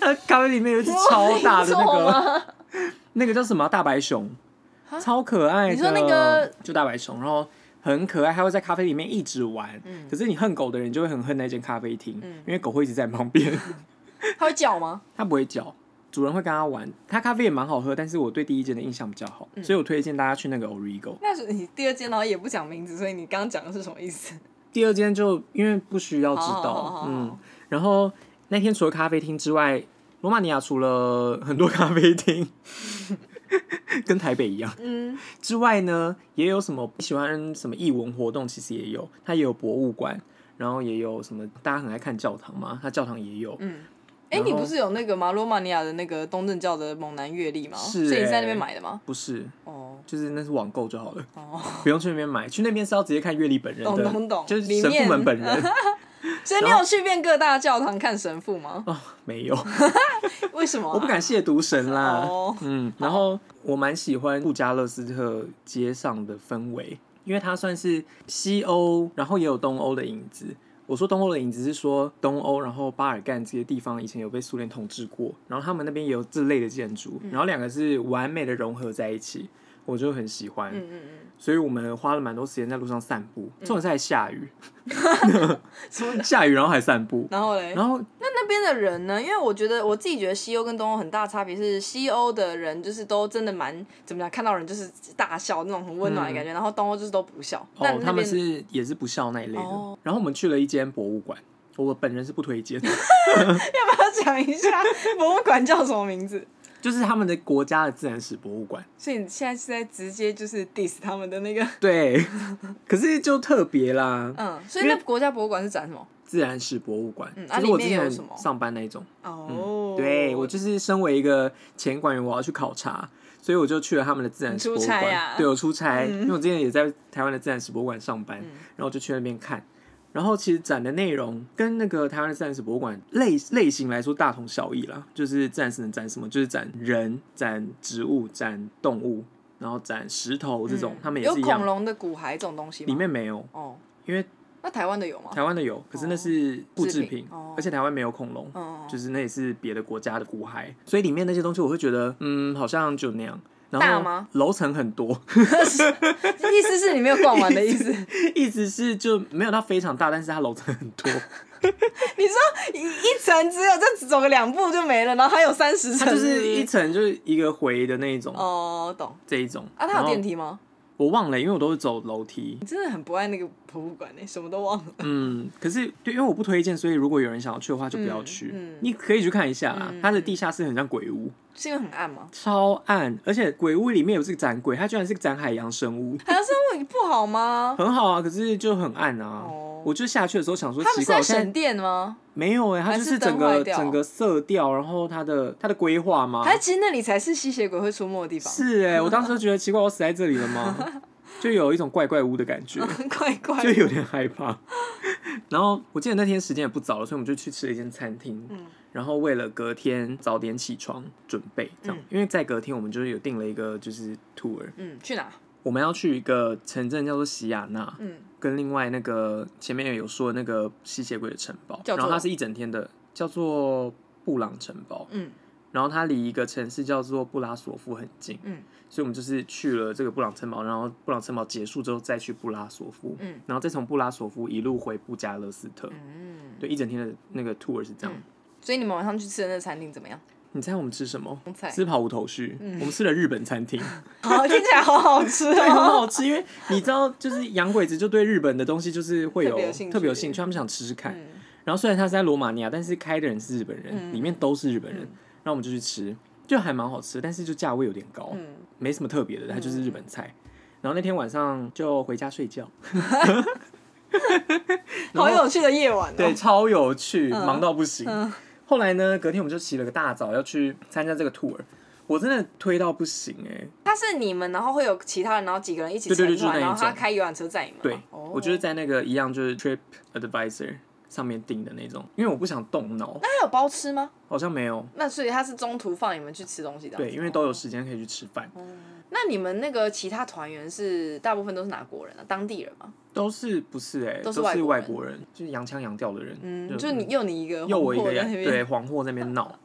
Speaker 2: 它咖啡里面有一只超大的那个，
Speaker 1: 个，
Speaker 2: 那个叫什么啊大白熊，
Speaker 1: 哈
Speaker 2: 超可爱的。
Speaker 1: 你说那个
Speaker 2: 就大白熊，然后很可爱，它会在咖啡里面一直玩。
Speaker 1: 嗯
Speaker 2: 可是你恨狗的人就会很恨那间咖啡厅，
Speaker 1: 嗯
Speaker 2: 因为狗会一直在旁边，
Speaker 1: 它会叫吗？
Speaker 2: 它不会叫。主人会跟它玩，它咖啡也蛮好喝，但是我对第一间的印象比较
Speaker 1: 嗯
Speaker 2: 好，所以我推荐大家去那个 Origo。
Speaker 1: 那是你第二间，然后也不讲名字，所以你刚刚讲的是什么意 思？
Speaker 2: 第二间就因为不需要知道，
Speaker 1: 好好好好
Speaker 2: 嗯，然后那天除了咖啡厅之外，罗马尼亚除了很多咖啡厅， 跟台北一样
Speaker 1: 嗯，
Speaker 2: 之外呢，也有什么喜欢什么艺文活动，其实也有，它也有博物馆，然后也有什么大家很爱看教堂嘛，它教堂也有，
Speaker 1: 哎，
Speaker 2: 然后
Speaker 1: 你不是有那个吗？罗马尼亚的那个东正教的猛男阅历吗？
Speaker 2: 是
Speaker 1: 所以你是在那
Speaker 2: 欸
Speaker 1: 边买的吗？
Speaker 2: 不是，
Speaker 1: 哦
Speaker 2: 就是那是网购就好了，
Speaker 1: 哦，
Speaker 2: 不用去那边买，去那边是要直接看阅历本人的，
Speaker 1: 懂懂懂
Speaker 2: 就是
Speaker 1: 里
Speaker 2: 神父
Speaker 1: 面
Speaker 2: 们本人
Speaker 1: 所以你有去遍各大教堂看神父吗？
Speaker 2: 哦，没有。
Speaker 1: 为什么啊？
Speaker 2: 我不敢亵渎神啦。
Speaker 1: 哦
Speaker 2: 嗯，然后我蛮喜欢布加勒斯特街上的氛围，因为它算是西欧，然后也有东欧的影子。我说东欧的影子是说东欧，然后巴尔干这些地方以前有被苏联统治过，然后他们那边也有这类的建筑，
Speaker 1: 嗯
Speaker 2: 然后两个是完美的融合在一起，我就很喜欢。
Speaker 1: 嗯嗯
Speaker 2: 所以我们花了蛮多时间在路上散步，重点是还下雨，
Speaker 1: 嗯，什么？
Speaker 2: 下雨然后还散 步，
Speaker 1: 然后嘞？
Speaker 2: 然后
Speaker 1: 那那边的人呢？因为我觉得我自己觉得西欧跟东欧很大差别是，西欧的人就是都真的蛮怎么讲，看到人就是大笑那种很温暖的感觉，然后东欧就是都不笑。那
Speaker 2: 哦，
Speaker 1: 那
Speaker 2: 他们
Speaker 1: 边
Speaker 2: 是也是不孝那一类的。
Speaker 1: 哦
Speaker 2: 然后我们去了一间博物馆，我本人是不推荐，
Speaker 1: 要不要讲一下博物馆叫什么名字？
Speaker 2: 就是他们的国家的自然史博物馆。
Speaker 1: 所以你现在是在直接就是 diss 他们的那个，
Speaker 2: 对， 可是就特别啦，
Speaker 1: 嗯，所以那国家博物馆是展什么？
Speaker 2: 自然史博物馆，
Speaker 1: 嗯啊
Speaker 2: 就是我
Speaker 1: 里
Speaker 2: 之
Speaker 1: 面有什
Speaker 2: 前
Speaker 1: 么
Speaker 2: 上班那一种。
Speaker 1: 哦，
Speaker 2: 对我就是身为一个前馆员，我要去考察。所以我就去了他们的自然史博物
Speaker 1: 你出
Speaker 2: 馆，
Speaker 1: 差啊
Speaker 2: 对我出差，因为我之前也在台湾的自然史博物馆上班，
Speaker 1: 嗯
Speaker 2: 然后我就去那边看。然后其实展的内容跟那个台湾的自然史博物馆类类型来说大同小异啦，就是自然史能展什么，就是展人、展植物、展动物，然后展石头这种，他们
Speaker 1: 嗯
Speaker 2: 也
Speaker 1: 有
Speaker 2: 是一
Speaker 1: 恐
Speaker 2: 样。
Speaker 1: 龙的骨骸这种东西吗？
Speaker 2: 里面没有，
Speaker 1: 哦，
Speaker 2: 因为
Speaker 1: 那台湾的有吗？
Speaker 2: 台湾的有，可是那是复
Speaker 1: 哦制
Speaker 2: 制品，
Speaker 1: 品哦
Speaker 2: 而且台湾没有恐龙，
Speaker 1: 嗯，嗯
Speaker 2: 就是那也是别的国家的骨骸，所以里面那些东西我会觉得，嗯，好像就那样。
Speaker 1: 大
Speaker 2: 然后
Speaker 1: 吗
Speaker 2: 楼层很多，
Speaker 1: 意思是你没有逛完的意思。
Speaker 2: 意思是就没有到非常大，但是它楼层很 多，
Speaker 1: 你说一一层只有这走个两步就没了，然后还有三十层
Speaker 2: 它，就是
Speaker 1: 不
Speaker 2: 是一层就是一个回的那一种，
Speaker 1: 哦，懂
Speaker 2: 这一种。
Speaker 1: 啊？它有电
Speaker 2: 梯？
Speaker 1: 梯吗？
Speaker 2: 我忘了，因为我都是走楼梯。
Speaker 1: 你真的很不爱那个博物馆呢、
Speaker 2: 欸
Speaker 1: 什么都忘了。
Speaker 2: 嗯，可是对，因为我不推荐，所以如果有人想要去的话，就不要去。
Speaker 1: 嗯嗯嗯
Speaker 2: 你可以去看一下啦，它的地下室很像鬼屋，
Speaker 1: 是因为很暗吗？
Speaker 2: 超暗，而且鬼屋里面有这个展柜，它居然是展海洋生物，
Speaker 1: 海洋生物不好吗？
Speaker 2: 很好啊，可是就很暗啊。
Speaker 1: 哦，
Speaker 2: 我就下去的时候想说，
Speaker 1: 他们
Speaker 2: 奇
Speaker 1: 是
Speaker 2: 怪，
Speaker 1: 在
Speaker 2: 我现
Speaker 1: 省
Speaker 2: 在
Speaker 1: 电吗？
Speaker 2: 没有哎、它
Speaker 1: 还
Speaker 2: 就是整
Speaker 1: 灯坏
Speaker 2: 个
Speaker 1: 掉
Speaker 2: 整个色调，然后它的它的规划吗？
Speaker 1: 还是其实那里才是吸血鬼会出没的地方？
Speaker 2: 是哎、我当时就觉得奇怪，我死在这里了吗？就有一种怪怪屋的 感觉，
Speaker 1: 怪怪
Speaker 2: 就
Speaker 1: 的，
Speaker 2: 有点害怕。然后我记得那天时间也不早了，所以我们就去吃了一间餐厅。
Speaker 1: 嗯
Speaker 2: 然后为了隔天早点起床准备，这样，
Speaker 1: 嗯
Speaker 2: 因为在隔天我们就是有定了一个就是 tour，
Speaker 1: 嗯，去哪？
Speaker 2: 我们要去一个城镇叫做喜雅纳，
Speaker 1: 嗯，
Speaker 2: 跟另外那个前面有说的那个吸血鬼的城堡，
Speaker 1: 叫做
Speaker 2: 然后它是一整天的，叫做布朗城堡，
Speaker 1: 嗯，
Speaker 2: 然后它离一个城市叫做布拉索夫很近，
Speaker 1: 嗯，
Speaker 2: 所以我们就是去了这个布朗城堡，然后布朗城堡结束之后再去布拉索夫，
Speaker 1: 嗯，
Speaker 2: 然后再从布拉索夫一路回布加勒斯特，
Speaker 1: 嗯，
Speaker 2: 对，一整天的那个 tour 是这样。
Speaker 1: 嗯所以你们晚上去吃的那餐厅怎么样？
Speaker 2: 你猜我们吃什么
Speaker 1: 我猜？
Speaker 2: 吃跑无头绪，
Speaker 1: 嗯
Speaker 2: 我们吃了日本餐厅，
Speaker 1: 好，哦听起来好好 吃
Speaker 2: 对，很
Speaker 1: 哦。
Speaker 2: 好吃，因为你知道，就是洋鬼子就对日本的东西就是会有
Speaker 1: 特别有兴趣
Speaker 2: 特别有兴趣，他们想吃吃看。
Speaker 1: 嗯
Speaker 2: 然后虽然他是在罗马尼亚，但是开的人是日本人，
Speaker 1: 嗯
Speaker 2: 里面都是日本人，
Speaker 1: 嗯
Speaker 2: 然后我们就去吃，就还蛮好吃，但是就价位有点高，
Speaker 1: 嗯，
Speaker 2: 没什么特别的，它就是日本菜。然后那天晚上就回家睡
Speaker 1: 哦
Speaker 2: 觉，然后
Speaker 1: 好有趣的夜晚哦。
Speaker 2: 对，超有趣，
Speaker 1: 嗯
Speaker 2: 忙到不行。
Speaker 1: 嗯
Speaker 2: 后来呢，隔天我们就起了个大早要去参加这个 tour，我真的推到不行哎、
Speaker 1: 他是你们，然后会有其他人，然后几个人一起
Speaker 2: 对对
Speaker 1: 成
Speaker 2: 对就是那
Speaker 1: 团，
Speaker 2: 一
Speaker 1: 然后他
Speaker 2: 种
Speaker 1: 开游览车载你们吗。
Speaker 2: 对，
Speaker 1: 哦
Speaker 2: 我就是在那个一样就是 Trip Advisor 上面订的那种，因为我不想动脑，
Speaker 1: 那他有包吃吗？
Speaker 2: 好像没有。
Speaker 1: 那所以他是中途放你们去吃东西的。
Speaker 2: 对，因为都有时间可以去吃饭，
Speaker 1: 哦那你们那个其他团员是大部分都是哪国人啊？当地人吗？
Speaker 2: 都是不是哎、
Speaker 1: 都是
Speaker 2: 都
Speaker 1: 外国人
Speaker 2: 外国人，就是洋腔洋调的人，
Speaker 1: 嗯，就你又你一 个，
Speaker 2: 又我一个
Speaker 1: 在
Speaker 2: 人
Speaker 1: 那边
Speaker 2: 对黄祸在那边闹。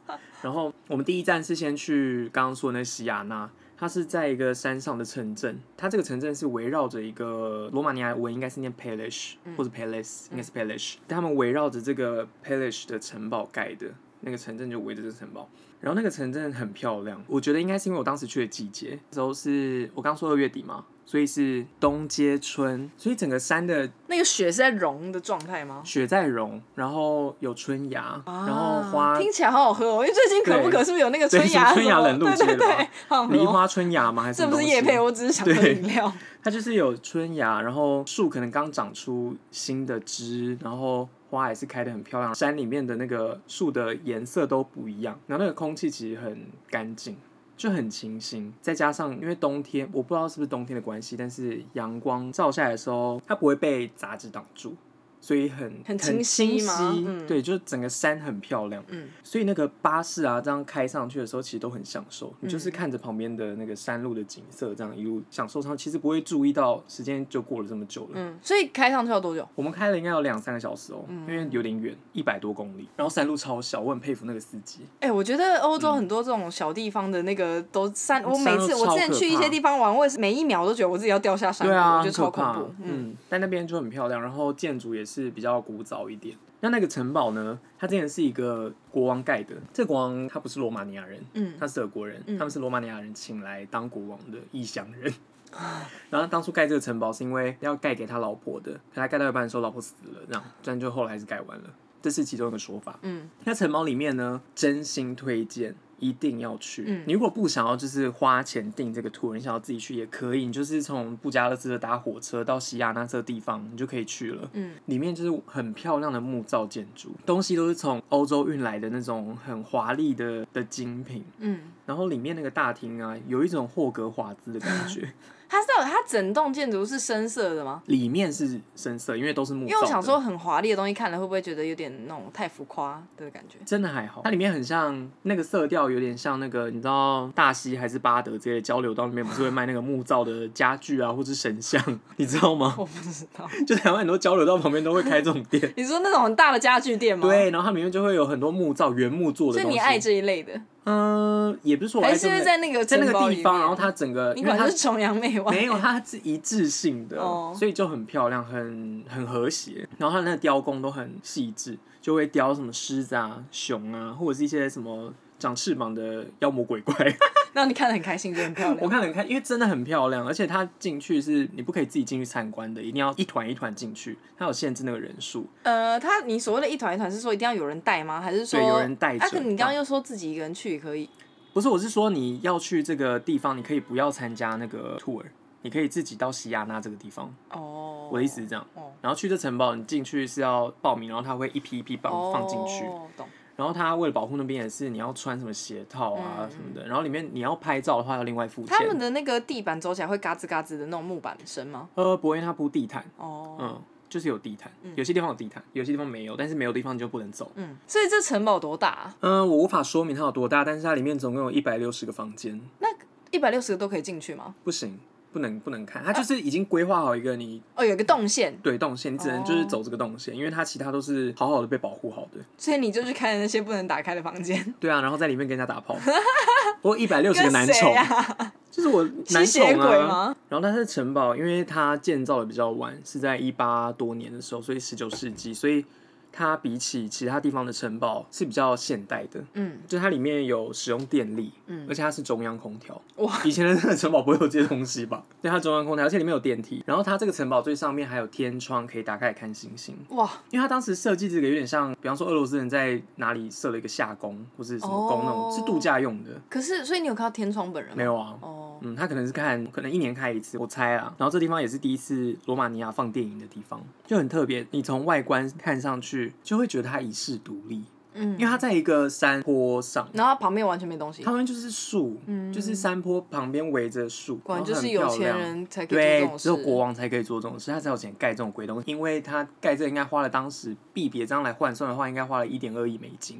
Speaker 2: 然后我们第一站是先去刚刚说的那西亚那，它是在一个山上的城镇，它这个城镇是围绕着一个罗马尼亚文应该是念 Palish、或者
Speaker 1: 嗯
Speaker 2: Palace，应该是 Palish，、他们围绕着这个 Palish 的城堡盖的，那个城镇就围着这个城堡。然后那个城镇很漂亮，我觉得应该是因为我当时去的季节，那时候是我刚说二月底嘛，所以是冬接春，所以整个山的
Speaker 1: 那个雪是在融的状态吗？
Speaker 2: 雪在融，然后有春芽，然后
Speaker 1: 啊
Speaker 2: 花
Speaker 1: 听起来好好喝哦，因为最近可不可是不是有那个
Speaker 2: 对
Speaker 1: 春芽
Speaker 2: 是春芽
Speaker 1: 什么
Speaker 2: 冷露
Speaker 1: 对对
Speaker 2: 之类的吧
Speaker 1: 对，好好喝
Speaker 2: 梨
Speaker 1: 哦。
Speaker 2: 花春芽吗？还是
Speaker 1: 这
Speaker 2: 什么
Speaker 1: 不是
Speaker 2: 东
Speaker 1: 夜配，
Speaker 2: 西
Speaker 1: 我只是想喝
Speaker 2: 对
Speaker 1: 饮料。
Speaker 2: 它就是有春芽，然后树可能刚长出新的枝，然后花也是开的很漂亮，山里面的那个树的颜色都不一样，然后那个空气其实很干净。就很清新，再加上因为冬天，我不知道是不是冬天的关系，但是阳光照下来的时候，它不会被杂质挡住，所以很
Speaker 1: 很
Speaker 2: 清
Speaker 1: 清晰吗嗯
Speaker 2: 对，就是整个山很漂亮。
Speaker 1: 嗯，
Speaker 2: 所以那个巴士啊，这样开上去的时候，其实都很享受。你就是看着旁边的那个山路的景色，这样一路享受上，其实不会注意到时间就过了这么久了。
Speaker 1: 嗯，所以开上去要多久？
Speaker 2: 我们开了应该有两三个小时哦、因为有点远，一百多公里，然后山路超小，我很佩服那个司机。
Speaker 1: 哎、我觉得欧洲很多这种小地方的那个都山，我每
Speaker 2: 山
Speaker 1: 次
Speaker 2: 都
Speaker 1: 我之前
Speaker 2: 超可
Speaker 1: 去一
Speaker 2: 怕
Speaker 1: 些地方玩，我也是每一秒都觉得我自己要掉下山
Speaker 2: 对
Speaker 1: 谷，
Speaker 2: 啊，
Speaker 1: 我觉得
Speaker 2: 很可
Speaker 1: 超恐
Speaker 2: 怕
Speaker 1: 怖。嗯，
Speaker 2: 嗯，但那边就很漂亮，然后建筑也是比较古早一点。那那个城堡呢？它之前是一个国王盖的。这个国王他不是罗马尼亚人，
Speaker 1: 嗯
Speaker 2: 他是德国人，他们是罗马尼亚人请来当国王的异乡人。 然后当初盖这个城堡是因为要盖给他老婆的，可他盖到一半的时候老婆死了，这样，这样就后来还是盖完了，这是其中一个说法。
Speaker 1: 嗯，
Speaker 2: 那城堡里面呢，真心推荐。一定要去。
Speaker 1: 嗯
Speaker 2: 你如果不想要就是花钱订这个 tour，你想要自己去也可以。你就是从布加勒斯特搭火车到西亚那这个地方，你就可以去了。
Speaker 1: 嗯，
Speaker 2: 里面就是很漂亮的木造建筑，东西都是从欧洲运来的那种很华丽的的精品。
Speaker 1: 嗯，
Speaker 2: 然后里面那个大厅啊，有一种霍格华兹的感 觉，
Speaker 1: 它是到底它整栋建筑是深色的吗？
Speaker 2: 里面是深色，因为都是木造的。
Speaker 1: 因为我想说，很华丽的东西看了会不会觉得有点那种太浮夸的感觉？
Speaker 2: 真的还好，它里面很像那个色调，有点像那个你知道大溪还是巴德之类的交流道里面不是会卖那个木造的家具啊，或是神像， 你知道 吗？
Speaker 1: 我不知道。
Speaker 2: 就台湾很多交流道旁边都会开这 种店，
Speaker 1: 你说那种很大的家具店吗？，
Speaker 2: 对，然后它里面就会有很多木造原木做
Speaker 1: 哦
Speaker 2: 的
Speaker 1: 所以
Speaker 2: 东
Speaker 1: 你
Speaker 2: 西。
Speaker 1: 爱这一类的，
Speaker 2: 嗯，也不是说我爱
Speaker 1: 还
Speaker 2: 这
Speaker 1: 是
Speaker 2: 种
Speaker 1: 因为
Speaker 2: 类
Speaker 1: 在那个
Speaker 2: 在那
Speaker 1: 城堡
Speaker 2: 个
Speaker 1: 里
Speaker 2: 地方，
Speaker 1: 面
Speaker 2: 然后它整个
Speaker 1: 你
Speaker 2: 因为
Speaker 1: 管
Speaker 2: 它
Speaker 1: 是崇洋媚外，
Speaker 2: 没有，它是一致性的，
Speaker 1: 哦
Speaker 2: 所以就很漂亮，很很和谐。然后它那个雕工都很细致，就会雕什么狮子啊、熊啊，或者是一些什么长翅膀的妖魔鬼怪。
Speaker 1: 让你看得很开心，觉得很漂亮。
Speaker 2: 我看了看，因为真的很漂亮，而且它进去是你不可以自己进去参观的，一定要一团一团进去，它有限制那个人数。
Speaker 1: 呃，他你所谓的一团一团是说一定要有人带吗？还是说
Speaker 2: 对有人带着
Speaker 1: 啊，可你刚刚又说自己一个人去也可以，
Speaker 2: 不是，我是说你要去这个地方，你可以不要参加那个 tour，你可以自己到西亚那这个地方，
Speaker 1: 哦，
Speaker 2: 我的意思是这样。
Speaker 1: 哦，
Speaker 2: 然后去这城堡，你进去是要报名，然后他会一批一批帮
Speaker 1: 哦，
Speaker 2: 放进去。
Speaker 1: 懂，
Speaker 2: 然后他为了保护那边也是，你要穿什么鞋套啊
Speaker 1: 嗯
Speaker 2: 什么的。然后里面你要拍照的话要另外付
Speaker 1: 他们
Speaker 2: 钱。
Speaker 1: 的那个地板走起来会嘎吱嘎吱的那种木板声吗？
Speaker 2: 呃，不会，他铺地毯，
Speaker 1: 哦，
Speaker 2: 嗯，就是有地毯，
Speaker 1: 嗯
Speaker 2: 有些地方有地毯，有些地方没有，但是没有地方你就不能走。
Speaker 1: 嗯，所以这城堡多大、啊？
Speaker 2: 嗯、我无法说明它有多大，但是它里面总共有一百六十个房间，
Speaker 1: 一百六十个都可以进去吗？
Speaker 2: 不行，不能不能看，它就是已经规划好一个你
Speaker 1: 哦，有一个动线，
Speaker 2: 对动线，你只能
Speaker 1: 哦
Speaker 2: 就是走这个动线，因为它其他都是好好的被保护好的。
Speaker 1: 所以你就去开那些不能打开的房 间，
Speaker 2: 对啊，然后在里面跟人家打炮，不过一百六十个
Speaker 1: 跟
Speaker 2: 男
Speaker 1: 谁
Speaker 2: 宠，
Speaker 1: 啊？
Speaker 2: 就是我男
Speaker 1: 吸血
Speaker 2: 宠
Speaker 1: 鬼
Speaker 2: 啊。
Speaker 1: 吗？
Speaker 2: 然后但是城堡，因为它建造的比较晚，是在一八多年的时候，所以十九世纪，所以它比起其他地方的城堡是比较现代的。
Speaker 1: 嗯，
Speaker 2: 就它里面有使用电力，
Speaker 1: 嗯
Speaker 2: 而且它是中央空调。
Speaker 1: 哇，
Speaker 2: 以前的那个城堡不会有这些东西吧？对，它中央空调，而且里面有电梯。然后它这个城堡最上面还有天窗，可以打开来看星星。
Speaker 1: 哇，
Speaker 2: 因为它当时设计这个有点像，比方说俄罗斯人在哪里设了一个夏宫或是什么宫那种，
Speaker 1: 哦
Speaker 2: 是度假用的。
Speaker 1: 可是所以你有看到天窗本人吗？
Speaker 2: 没有啊，
Speaker 1: 哦，
Speaker 2: 嗯，他可能是看，可能一年开一次，我猜啊。然后这地方也是第一次罗马尼亚放电影的地方，就很特别。你从外观看上去，就会觉得它遗世独立，
Speaker 1: 嗯
Speaker 2: 因为它在一个山坡上，
Speaker 1: 然后它旁边完全没东西
Speaker 2: 它，旁边就是树，
Speaker 1: 嗯
Speaker 2: 就是山坡旁边围着树，
Speaker 1: 果然
Speaker 2: 后
Speaker 1: 就
Speaker 2: 很
Speaker 1: 是
Speaker 2: 漂
Speaker 1: 有钱
Speaker 2: 亮。
Speaker 1: 人才可以
Speaker 2: 对
Speaker 1: 做这，种
Speaker 2: 只
Speaker 1: 事。
Speaker 2: 有国王才可以做这种事，他才有钱盖这种鬼东西。因为他盖这应该花了当时币别这样来换算的话，应该花了一点二亿美金，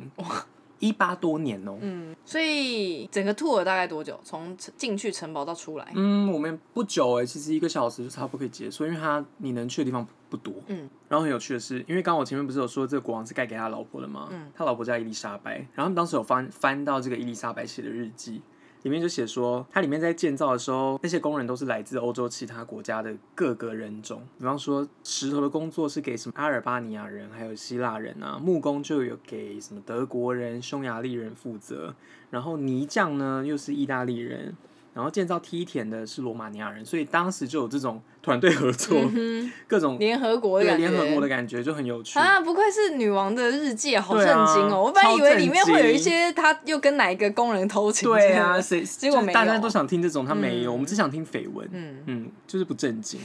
Speaker 2: 一八多年哦、
Speaker 1: 嗯，所以整个 tour 大概多久？从进去城堡到出来？
Speaker 2: 嗯，我们不久哎、其实一个小时就差不多可以结束，因为他你能去的地方不不多。
Speaker 1: 嗯，
Speaker 2: 然后很有趣的是，因为刚刚我前面不是有说这个国王是盖给他老婆的吗？
Speaker 1: 嗯，
Speaker 2: 他老婆叫伊丽莎白，然后他们当时有翻翻到这个伊丽莎白写的日记。里面就写说，它里面在建造的时候，那些工人都是来自欧洲其他国家的各个人种。比方说，石头的工作是给什么阿尔巴尼亚人，还有希腊人啊；木工就有给什么德国人、匈牙利人负责。然后泥匠呢，又是意大利人。然后建造梯田的是罗马尼亚人，所以当时就有这种 团队合作，
Speaker 1: 嗯
Speaker 2: 各种
Speaker 1: 哼，联合国的
Speaker 2: 对
Speaker 1: 感觉。
Speaker 2: 联合国的感觉就很有趣。
Speaker 1: 啊，不愧是女王的日记，好
Speaker 2: 对
Speaker 1: 震
Speaker 2: 啊
Speaker 1: 惊哦！我本来
Speaker 2: 超
Speaker 1: 以为里
Speaker 2: 震
Speaker 1: 面会有一
Speaker 2: 惊
Speaker 1: 些她又跟哪一个工人偷情。
Speaker 2: 对啊，，谁
Speaker 1: 结果
Speaker 2: 就是
Speaker 1: 没
Speaker 2: 大家
Speaker 1: 有
Speaker 2: 都想听这种，他没有，
Speaker 1: 嗯
Speaker 2: 我们只想听绯闻。
Speaker 1: 嗯，
Speaker 2: 嗯，就是不正经。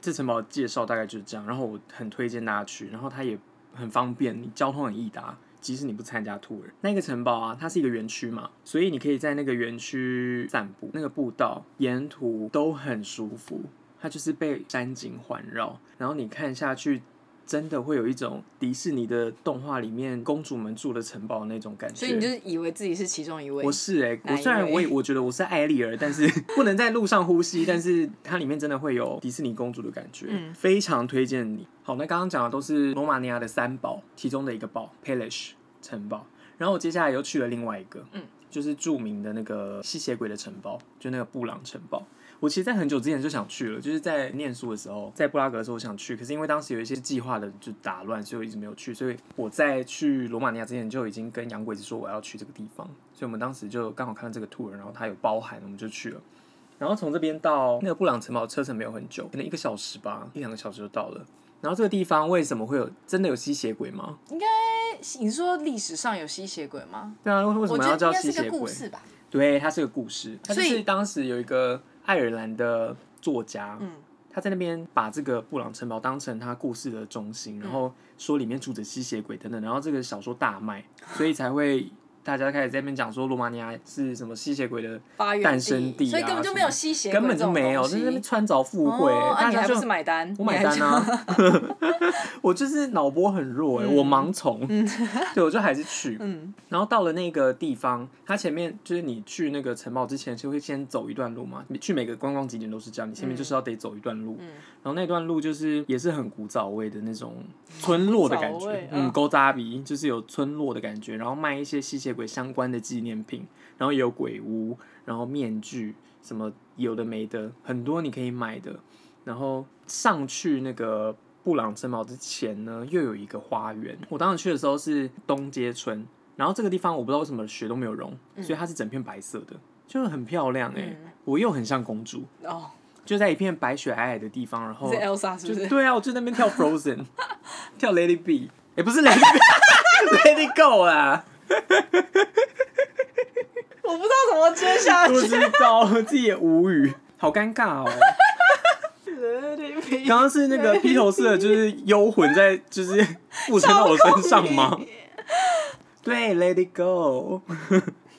Speaker 2: 这城堡的介绍大概就是这样，然后我很推荐大家去，然后它也很方便，你交通很易达，即使你不参加 tour。那个城堡啊，它是一个园区嘛，所以你可以在那个园区散步，那个步道沿途都很舒服，它就是被山景环绕，然后你看下去。真的会有一种迪士尼的动画里面公主们住的城堡那种感觉，
Speaker 1: 所以你就是以为自己是其中一位
Speaker 2: 我。是哎、
Speaker 1: 哪
Speaker 2: 我
Speaker 1: 一
Speaker 2: 虽然
Speaker 1: 位
Speaker 2: 我也我觉得我是艾丽儿，但是不能在路上呼吸，但是它里面真的会有迪士尼公主的感觉，
Speaker 1: 嗯
Speaker 2: 非常推荐你。好，那刚刚讲的都是罗马尼亚的三宝其中的一个堡 Pelish 城堡，然后我接下来又去了另外一个，
Speaker 1: 嗯，
Speaker 2: 就是著名的那个吸血鬼的城堡，就那个布朗城堡。我其实，在很久之前就想去了，就是在念书的时候，在布拉格的时候我想去，可是因为当时有一些计划的就打乱，所以我一直没有去。所以我在去罗马尼亚之前就已经跟洋鬼子说我要去这个地方，所以我们当时就刚好看到这个 tour，然后它有包含，我们就去了。然后从这边到那个布朗城堡车程没有很久，可能一个小时吧，一两个小时就到了。然后这个地方为什么会有真的有吸血鬼吗？
Speaker 1: 哎你说历史上有吸血鬼吗？
Speaker 2: 对啊，为为什
Speaker 1: 我
Speaker 2: 么
Speaker 1: 觉
Speaker 2: 要
Speaker 1: 得
Speaker 2: 叫
Speaker 1: 应该
Speaker 2: 吸
Speaker 1: 是
Speaker 2: 血
Speaker 1: 个故
Speaker 2: 鬼？
Speaker 1: 事吧。
Speaker 2: 对，它是个故事，它就
Speaker 1: 所
Speaker 2: 是
Speaker 1: 以
Speaker 2: 当时有一个爱尔兰的作家，
Speaker 1: 嗯
Speaker 2: 他在那边把这个布朗城堡当成他故事的中心，
Speaker 1: 嗯
Speaker 2: 然后说里面住着吸血鬼等等，然后这个小说大卖，所以才会大家开始在那边讲说罗马尼亚是什么吸血鬼的，
Speaker 1: 发源
Speaker 2: 诞生地啊
Speaker 1: 所以根本就没有吸血鬼
Speaker 2: 根本
Speaker 1: 这
Speaker 2: 就
Speaker 1: 种
Speaker 2: 没有，
Speaker 1: 东
Speaker 2: 在
Speaker 1: 西
Speaker 2: 那边穿凿附会，
Speaker 1: 哦啊
Speaker 2: 大
Speaker 1: 你
Speaker 2: 家
Speaker 1: 还
Speaker 2: 就
Speaker 1: 不是买单？
Speaker 2: 我买
Speaker 1: 你还
Speaker 2: 单
Speaker 1: 是！
Speaker 2: 啊， 我就是脑波很弱哎、我盲从，对，我就还是 去。
Speaker 1: 嗯
Speaker 2: 然后到了那个地方，它前面就是你去那个城堡之前，就会先走一段路嘛。你去每个观光景点都是这样，你前面就是要得走一段路，
Speaker 1: 嗯
Speaker 2: 然后那段路就是也是很古早味的那种村落的感
Speaker 1: 古早
Speaker 2: 觉
Speaker 1: 味，
Speaker 2: 嗯，
Speaker 1: 嗯
Speaker 2: 勾扎比就是有村落的感觉，然后卖一些吸血鬼相关的纪念品，然后也有鬼屋，然后面具什么有的没的，很多你可以买的。然后上去那个布朗城堡之前呢，又有一个花园。我当时去的时候是东街村，然后这个地方我不知道为什么雪都没有融，所以它是整片白色的，就是很漂亮哎、
Speaker 1: 嗯
Speaker 2: 我又很像公主，
Speaker 1: 哦，
Speaker 2: 就在一片白雪皑皑的地方，然后
Speaker 1: 是 Elsa 是
Speaker 2: 哦
Speaker 1: 不
Speaker 2: 就
Speaker 1: 是？
Speaker 2: 对啊，我就在那边跳 Frozen，跳 Let It Be，也、不是 Let It Be，Let It Go 啊，
Speaker 1: 我不知道怎么接下
Speaker 2: 我
Speaker 1: 去。
Speaker 2: 知道，我自己也无语，好尴尬哦。
Speaker 1: 比
Speaker 2: 刚刚是那个披头士的，就是幽魂在，就是附身到我身上 吗？
Speaker 1: 欸
Speaker 2: 对，Let it go。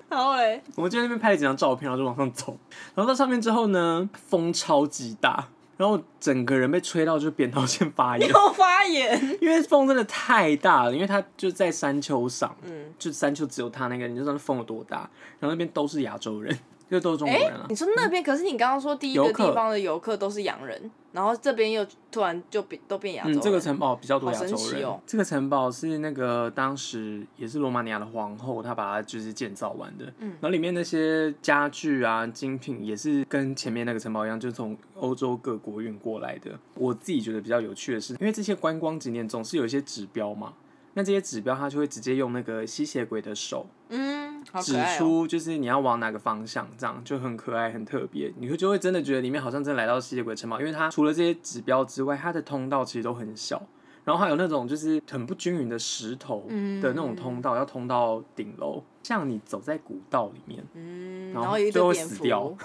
Speaker 1: 然后嘞，
Speaker 2: 我们就在那边拍了几张照片，然后就往上走。然后到上面之后呢，风超级大，然后整个人被吹到就是扁桃腺发炎，
Speaker 1: 又发炎，
Speaker 2: 因为风真的太大了，因为它就在山丘上，
Speaker 1: 嗯，
Speaker 2: 就山丘只有它那个，你就知道风有多大。然后那边都是亚洲人，就都是中
Speaker 1: 哎、
Speaker 2: 国人啊
Speaker 1: 你。说那边，可是你刚刚说第一
Speaker 2: 游
Speaker 1: 个
Speaker 2: 客
Speaker 1: 地方的游客都是洋人，然后这边又突然就变都变亚洲
Speaker 2: 嗯，
Speaker 1: 人，
Speaker 2: 这个城堡比较多亚
Speaker 1: 好神
Speaker 2: 洲
Speaker 1: 奇
Speaker 2: 人。
Speaker 1: 哦
Speaker 2: 这个城堡是那个当时也是罗马尼亚的皇后，她把它就是建造完的。
Speaker 1: 嗯
Speaker 2: 然后里面那些家具啊、精品也是跟前面那个城堡一样，就是从欧洲各国运过来的。我自己觉得比较有趣的是，因为这些观光景点总是有一些指标嘛，那这些指标它就会直接用那个吸血鬼的手
Speaker 1: 嗯，好
Speaker 2: 指
Speaker 1: 可爱哦、
Speaker 2: 出就是你要往哪个方向，这样就很可爱、很特别。你会就会真的觉得里面好像真的来到吸血鬼城堡，因为它除了这些指标之外，它的通道其实都很小，然后还有那种就是很不均匀的石头
Speaker 1: 嗯
Speaker 2: 的那种通道，要通到顶楼，像你走在古道里面，
Speaker 1: 嗯，
Speaker 2: 然后
Speaker 1: 然后有一堆
Speaker 2: 最后
Speaker 1: 蝙
Speaker 2: 死
Speaker 1: 蝠，
Speaker 2: 掉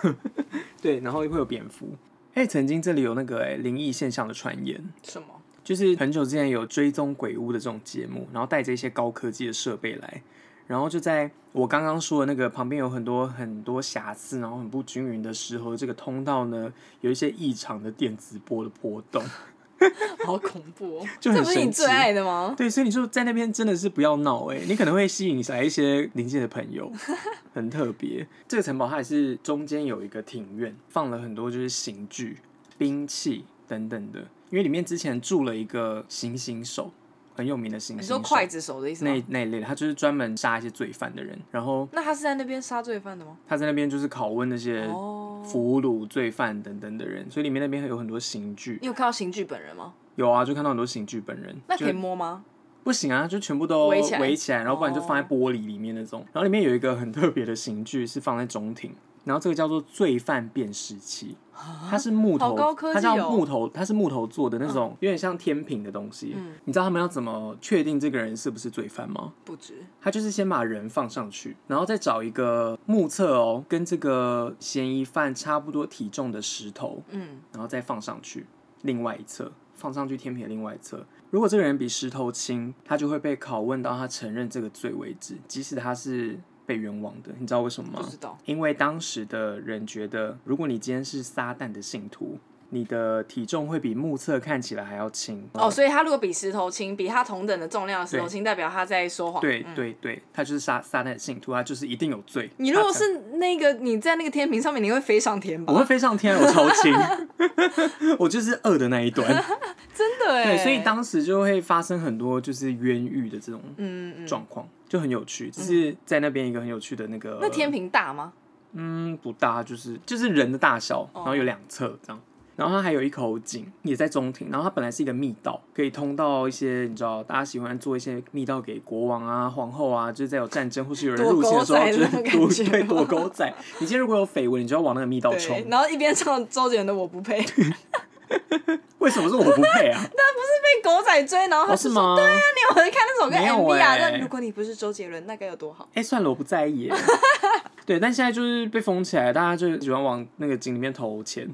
Speaker 2: 对，然后会有蝙蝠。哎、曾经这里有那个哎、灵异现象的传言，
Speaker 1: 什么？
Speaker 2: 就是很久之前有追踪鬼屋的这种节目，然后带着一些高科技的设备来，然后就在我刚刚说的那个旁边有很多很多瑕疵，然后很不均匀的石头这个通道呢，有一些异常的电子波的波 动，
Speaker 1: 好恐怖哦！
Speaker 2: 就很
Speaker 1: 这不是你
Speaker 2: 神奇
Speaker 1: 最爱的吗？
Speaker 2: 对，所以你说在那边真的是不要闹哎、你可能会吸引来一些邻近的朋 友，很特别。这个城堡它也是中间有一个庭院，放了很多就是刑具、兵器等等的，因为里面之前住了一个行刑手，很有名的行
Speaker 1: 你
Speaker 2: 刑
Speaker 1: 说
Speaker 2: 手。
Speaker 1: 刽子手的意思
Speaker 2: 那
Speaker 1: 吗？
Speaker 2: 那一类的，他就是专门杀一些罪犯的人，然后
Speaker 1: 那他是在那边杀罪犯的吗？
Speaker 2: 他在那边就是拷问那些
Speaker 1: 哦，
Speaker 2: 俘虏、罪犯等等的人，所以里面那边有很多刑具，
Speaker 1: 你有看到刑具本人吗？
Speaker 2: 有啊，就看到很多刑具本人，
Speaker 1: 那
Speaker 2: 就
Speaker 1: 可以摸吗？
Speaker 2: 不行啊，就全部都
Speaker 1: 围起来哦
Speaker 2: 然后不然就放在玻璃里面那种。然后里面有一个很特别的刑具是放在中庭，然后这个叫做罪犯辨识器，它是木头，
Speaker 1: 啊好高科技哦
Speaker 2: 它叫木头，它是木头做的那种有点像天平的东西。
Speaker 1: 嗯
Speaker 2: 你知道他们要怎么确定这个人是不是罪犯吗？
Speaker 1: 不止，
Speaker 2: 他就是先把人放上去，然后再找一个目测哦，跟这个嫌疑犯差不多体重的石头，
Speaker 1: 嗯，
Speaker 2: 然后再放上去另外一侧，放上去天平的另外一侧。如果这个人比石头轻，他就会被拷问到他承认这个罪为止，即使他是被冤枉的。你知道为什么
Speaker 1: 不
Speaker 2: 吗
Speaker 1: 知？道。
Speaker 2: 因为当时的人觉得，如果你今天是撒旦的信徒，你的体重会比目测看起来还要轻。
Speaker 1: 哦，所以他如果比石头轻，比他同等的重量的石头
Speaker 2: 呃对
Speaker 1: 轻，代表他在说谎。
Speaker 2: 对
Speaker 1: 嗯。
Speaker 2: 对对，他就是撒撒旦的信徒，他就是一定有罪。
Speaker 1: 你如果
Speaker 2: 他才
Speaker 1: 是那个你在那个天平上面，你会飞上天吧
Speaker 2: 我？会飞上天，我超轻， 我就是恶的那 一端。
Speaker 1: 真的哎。
Speaker 2: 对，所以当时就会发生很多就是冤狱的这种
Speaker 1: 嗯嗯嗯，
Speaker 2: 状况，就很有趣。就是在那边一个很有趣的那个，
Speaker 1: 那天平大吗？
Speaker 2: 嗯不大，就是就是人的大小，
Speaker 1: 哦
Speaker 2: 然后有两侧这样。然后它还有一口井，也在中庭。然后它本来是一个密道，可以通到一些你知道大家喜欢做一些密道给国王啊、皇后啊，就是在有战争或是有人
Speaker 1: 躲
Speaker 2: 入侵的时候，
Speaker 1: 狗仔
Speaker 2: 就
Speaker 1: 那种
Speaker 2: 是躲
Speaker 1: 感觉
Speaker 2: 对
Speaker 1: 吗
Speaker 2: 躲狗仔。你今天如果有绯闻，你就要往那个密道
Speaker 1: 对
Speaker 2: 冲。。
Speaker 1: 然后一边唱周杰伦的《我不配》， 被
Speaker 2: 为什么是我不配啊？
Speaker 1: 狗仔追，然后他
Speaker 2: 哦
Speaker 1: 就是说
Speaker 2: 吗？对
Speaker 1: 你
Speaker 2: 啊，
Speaker 1: 有看那首歌
Speaker 2: 没有
Speaker 1: MV 啊？
Speaker 2: 欸
Speaker 1: 那如果你不是周杰伦，那该有多好？
Speaker 2: 哎、算了，我不在意 耶。对，但现在就是被封起来，大家就喜欢往那个井里面投钱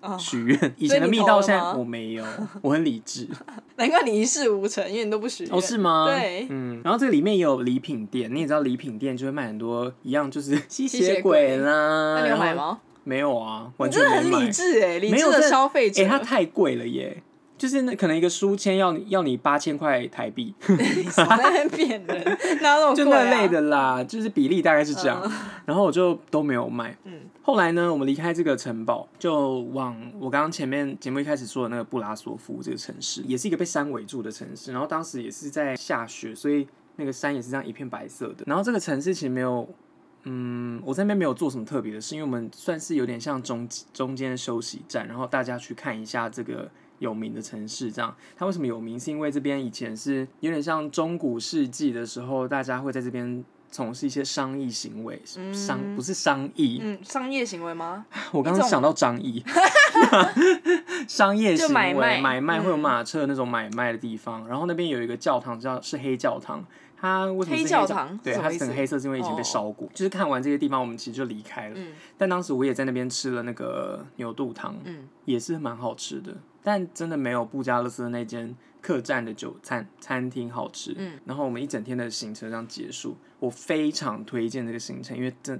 Speaker 1: 哦
Speaker 2: 许愿。以
Speaker 1: 所以
Speaker 2: 前的
Speaker 1: 你
Speaker 2: 密
Speaker 1: 投
Speaker 2: 道，
Speaker 1: 了
Speaker 2: 现在
Speaker 1: 吗
Speaker 2: 我没有，我很理 智。
Speaker 1: 难怪你一事无成，因为你都不许愿。
Speaker 2: 哦，是吗？
Speaker 1: 对
Speaker 2: 嗯。然后这个里面也有礼品店，你也知道礼品店就会卖很多一样，就是吸
Speaker 1: 血
Speaker 2: 血
Speaker 1: 鬼
Speaker 2: 鬼啦。
Speaker 1: 那你有
Speaker 2: 然后
Speaker 1: 买？吗？
Speaker 2: 没有啊，
Speaker 1: 你
Speaker 2: 完全
Speaker 1: 真的
Speaker 2: 没
Speaker 1: 很
Speaker 2: 买。
Speaker 1: 理智哎，理
Speaker 2: 没
Speaker 1: 智
Speaker 2: 有
Speaker 1: 的
Speaker 2: 这
Speaker 1: 消费
Speaker 2: 哎、
Speaker 1: 者。
Speaker 2: 它太贵了耶。就是那可能一个书签要你要你八千块台币，
Speaker 1: 你 少在那边骗人，哪有那
Speaker 2: 哎就
Speaker 1: 么贵
Speaker 2: 那
Speaker 1: 啊？
Speaker 2: 类的啦，就是比例大概是这样，然后我就都没有买。
Speaker 1: 嗯
Speaker 2: 后来呢，我们离开这个城堡，就往我刚刚前面节目一开始说的那个布拉索夫这个城市，也是一个被山围住的城市。然后当时也是在下雪，所以那个山也是这样一片白色的。然后这个城市其实没有，嗯，我在那边没有做什么特别的事，因为我们算是有点像中中间的休息站，然后大家去看一下这个。有名的城市，这样它为什么有名？是因为这边以前是有点像中古世纪的时候，大家会在这边从事一些商议行为，商不是商议，
Speaker 1: 嗯，商业行为吗？
Speaker 2: 我刚
Speaker 1: 一
Speaker 2: 刚
Speaker 1: 种
Speaker 2: 想到张 毅，商业
Speaker 1: 就
Speaker 2: 行为
Speaker 1: 买卖嗯
Speaker 2: 会有马车那种买卖的地方，然后那边有一个教堂叫是黑教堂，它为什么是
Speaker 1: 黑
Speaker 2: 教
Speaker 1: 教堂
Speaker 2: 对，
Speaker 1: 是什么
Speaker 2: 它
Speaker 1: 意思哦
Speaker 2: 整个黑色是因为已经被烧过。就是看完这些地方，我们其实就离开了。
Speaker 1: 嗯
Speaker 2: 但当时我也在那边吃了那个牛肚汤，
Speaker 1: 嗯，
Speaker 2: 也是蛮好吃的。但真的没有布加勒斯的那间客栈的酒餐餐厅好吃。
Speaker 1: 嗯，
Speaker 2: 然后我们一整天的行程这样结束，我非常推荐这个行程，因为这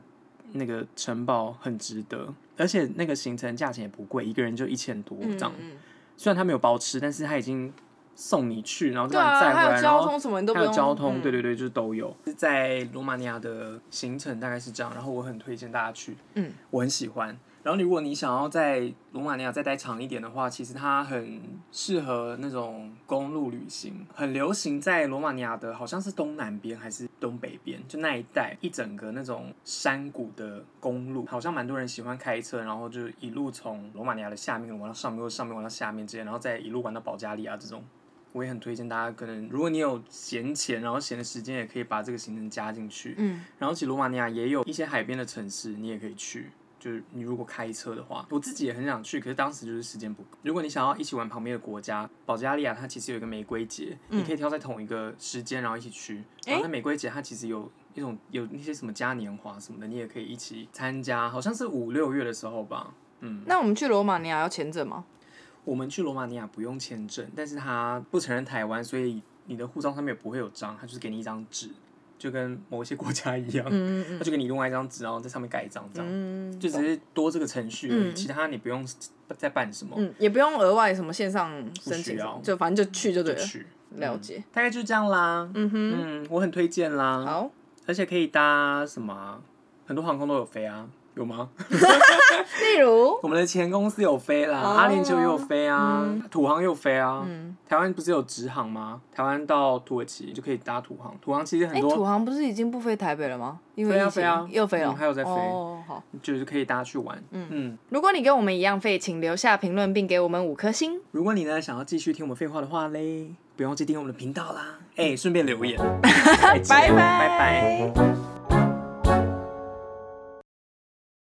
Speaker 2: 那个城堡很值得，而且那个行程价钱也不贵，一个人就一千多这样。
Speaker 1: 嗯
Speaker 2: 虽然他没有包吃，但是他已经送你去，然后
Speaker 1: 嗯
Speaker 2: 再
Speaker 1: 对
Speaker 2: 把你载
Speaker 1: 啊，
Speaker 2: 回来，
Speaker 1: 还有
Speaker 2: 然
Speaker 1: 交
Speaker 2: 后
Speaker 1: 通什么你都不
Speaker 2: 还有
Speaker 1: 用。嗯
Speaker 2: 交通，对
Speaker 1: 对，
Speaker 2: 对对，就是都有。在罗马尼亚的行程大概是这样，然后我很推荐大家去，
Speaker 1: 嗯，
Speaker 2: 我很喜欢。然后如果你想要在罗马尼亚再待长一点的话，其实它很适合那种公路旅行，很流行在罗马尼亚的好像是东南边还是东北边，就那一带一整个那种山谷的公路，好像蛮多人喜欢开车，然后就一路从罗马尼亚的下面玩到上面，或者上面玩到下面之类，然后再一路玩到保加利亚这种。我也很推荐大家，可能如果你有闲钱，然后闲的时间，也可以把这个行程加进去。
Speaker 1: 嗯，
Speaker 2: 然后其实罗马尼亚也有一些海边的城市，你也可以去。就是你如果开车的话，我自己也很想去，可是当时就是时间不够。如果你想要一起玩旁边的国家，保加利亚它其实有一个玫瑰节，
Speaker 1: 嗯
Speaker 2: 你可以挑在同一个时间，然后一起去。
Speaker 1: 诶
Speaker 2: 然后在玫瑰节它其实有一种有那些什么嘉年华什么的，你也可以一起参加，好像是五六月的时候吧。嗯，
Speaker 1: 那我们去罗马尼亚要签证吗？
Speaker 2: 我们去罗马尼亚不用签证，但是他不承认台湾，所以你的护照上面也不会有章，他就是给你一张纸，就跟某一些国家一样，
Speaker 1: 嗯嗯
Speaker 2: 他就给你另外一张纸，然后在上面盖一张，这样、
Speaker 1: 嗯，
Speaker 2: 就只是多这个程序而已，
Speaker 1: 嗯
Speaker 2: 其他你不用再办什么，
Speaker 1: 嗯，也不用额外什么线上申
Speaker 2: 需
Speaker 1: 请什
Speaker 2: 要
Speaker 1: 么，就反正就去就对
Speaker 2: 就
Speaker 1: 了。
Speaker 2: 去。嗯
Speaker 1: 了解。
Speaker 2: 大概就这样啦，
Speaker 1: 嗯哼，
Speaker 2: 嗯，我很推荐啦，
Speaker 1: 好，
Speaker 2: 而且可以搭什么啊、很多航空都有飞啊，有吗？
Speaker 1: 例如，
Speaker 2: 我们的前公司有飞啦，
Speaker 1: 哦
Speaker 2: 阿联酋也有飞啊，土航也有飞啊，
Speaker 1: 嗯，
Speaker 2: 台湾不是有直航吗？台湾到土耳其就可以搭土航，土航其实很
Speaker 1: 哎，土
Speaker 2: 多
Speaker 1: 航不是已经不飞台北了吗？因为
Speaker 2: 飞啊
Speaker 1: 疫情
Speaker 2: 飞啊
Speaker 1: 又飞了，
Speaker 2: 嗯还有在飞
Speaker 1: 哦，好。
Speaker 2: 就是可以搭去玩。嗯
Speaker 1: 如果你跟我们一样废，请留下评论并给我们五颗星。
Speaker 2: 如果你呢想要继续听我们废话的 话嘞，不用去订阅我们的频道啦。哎、顺便留言，
Speaker 1: 拜
Speaker 2: 拜
Speaker 1: 拜
Speaker 2: 拜拜。
Speaker 1: 拜。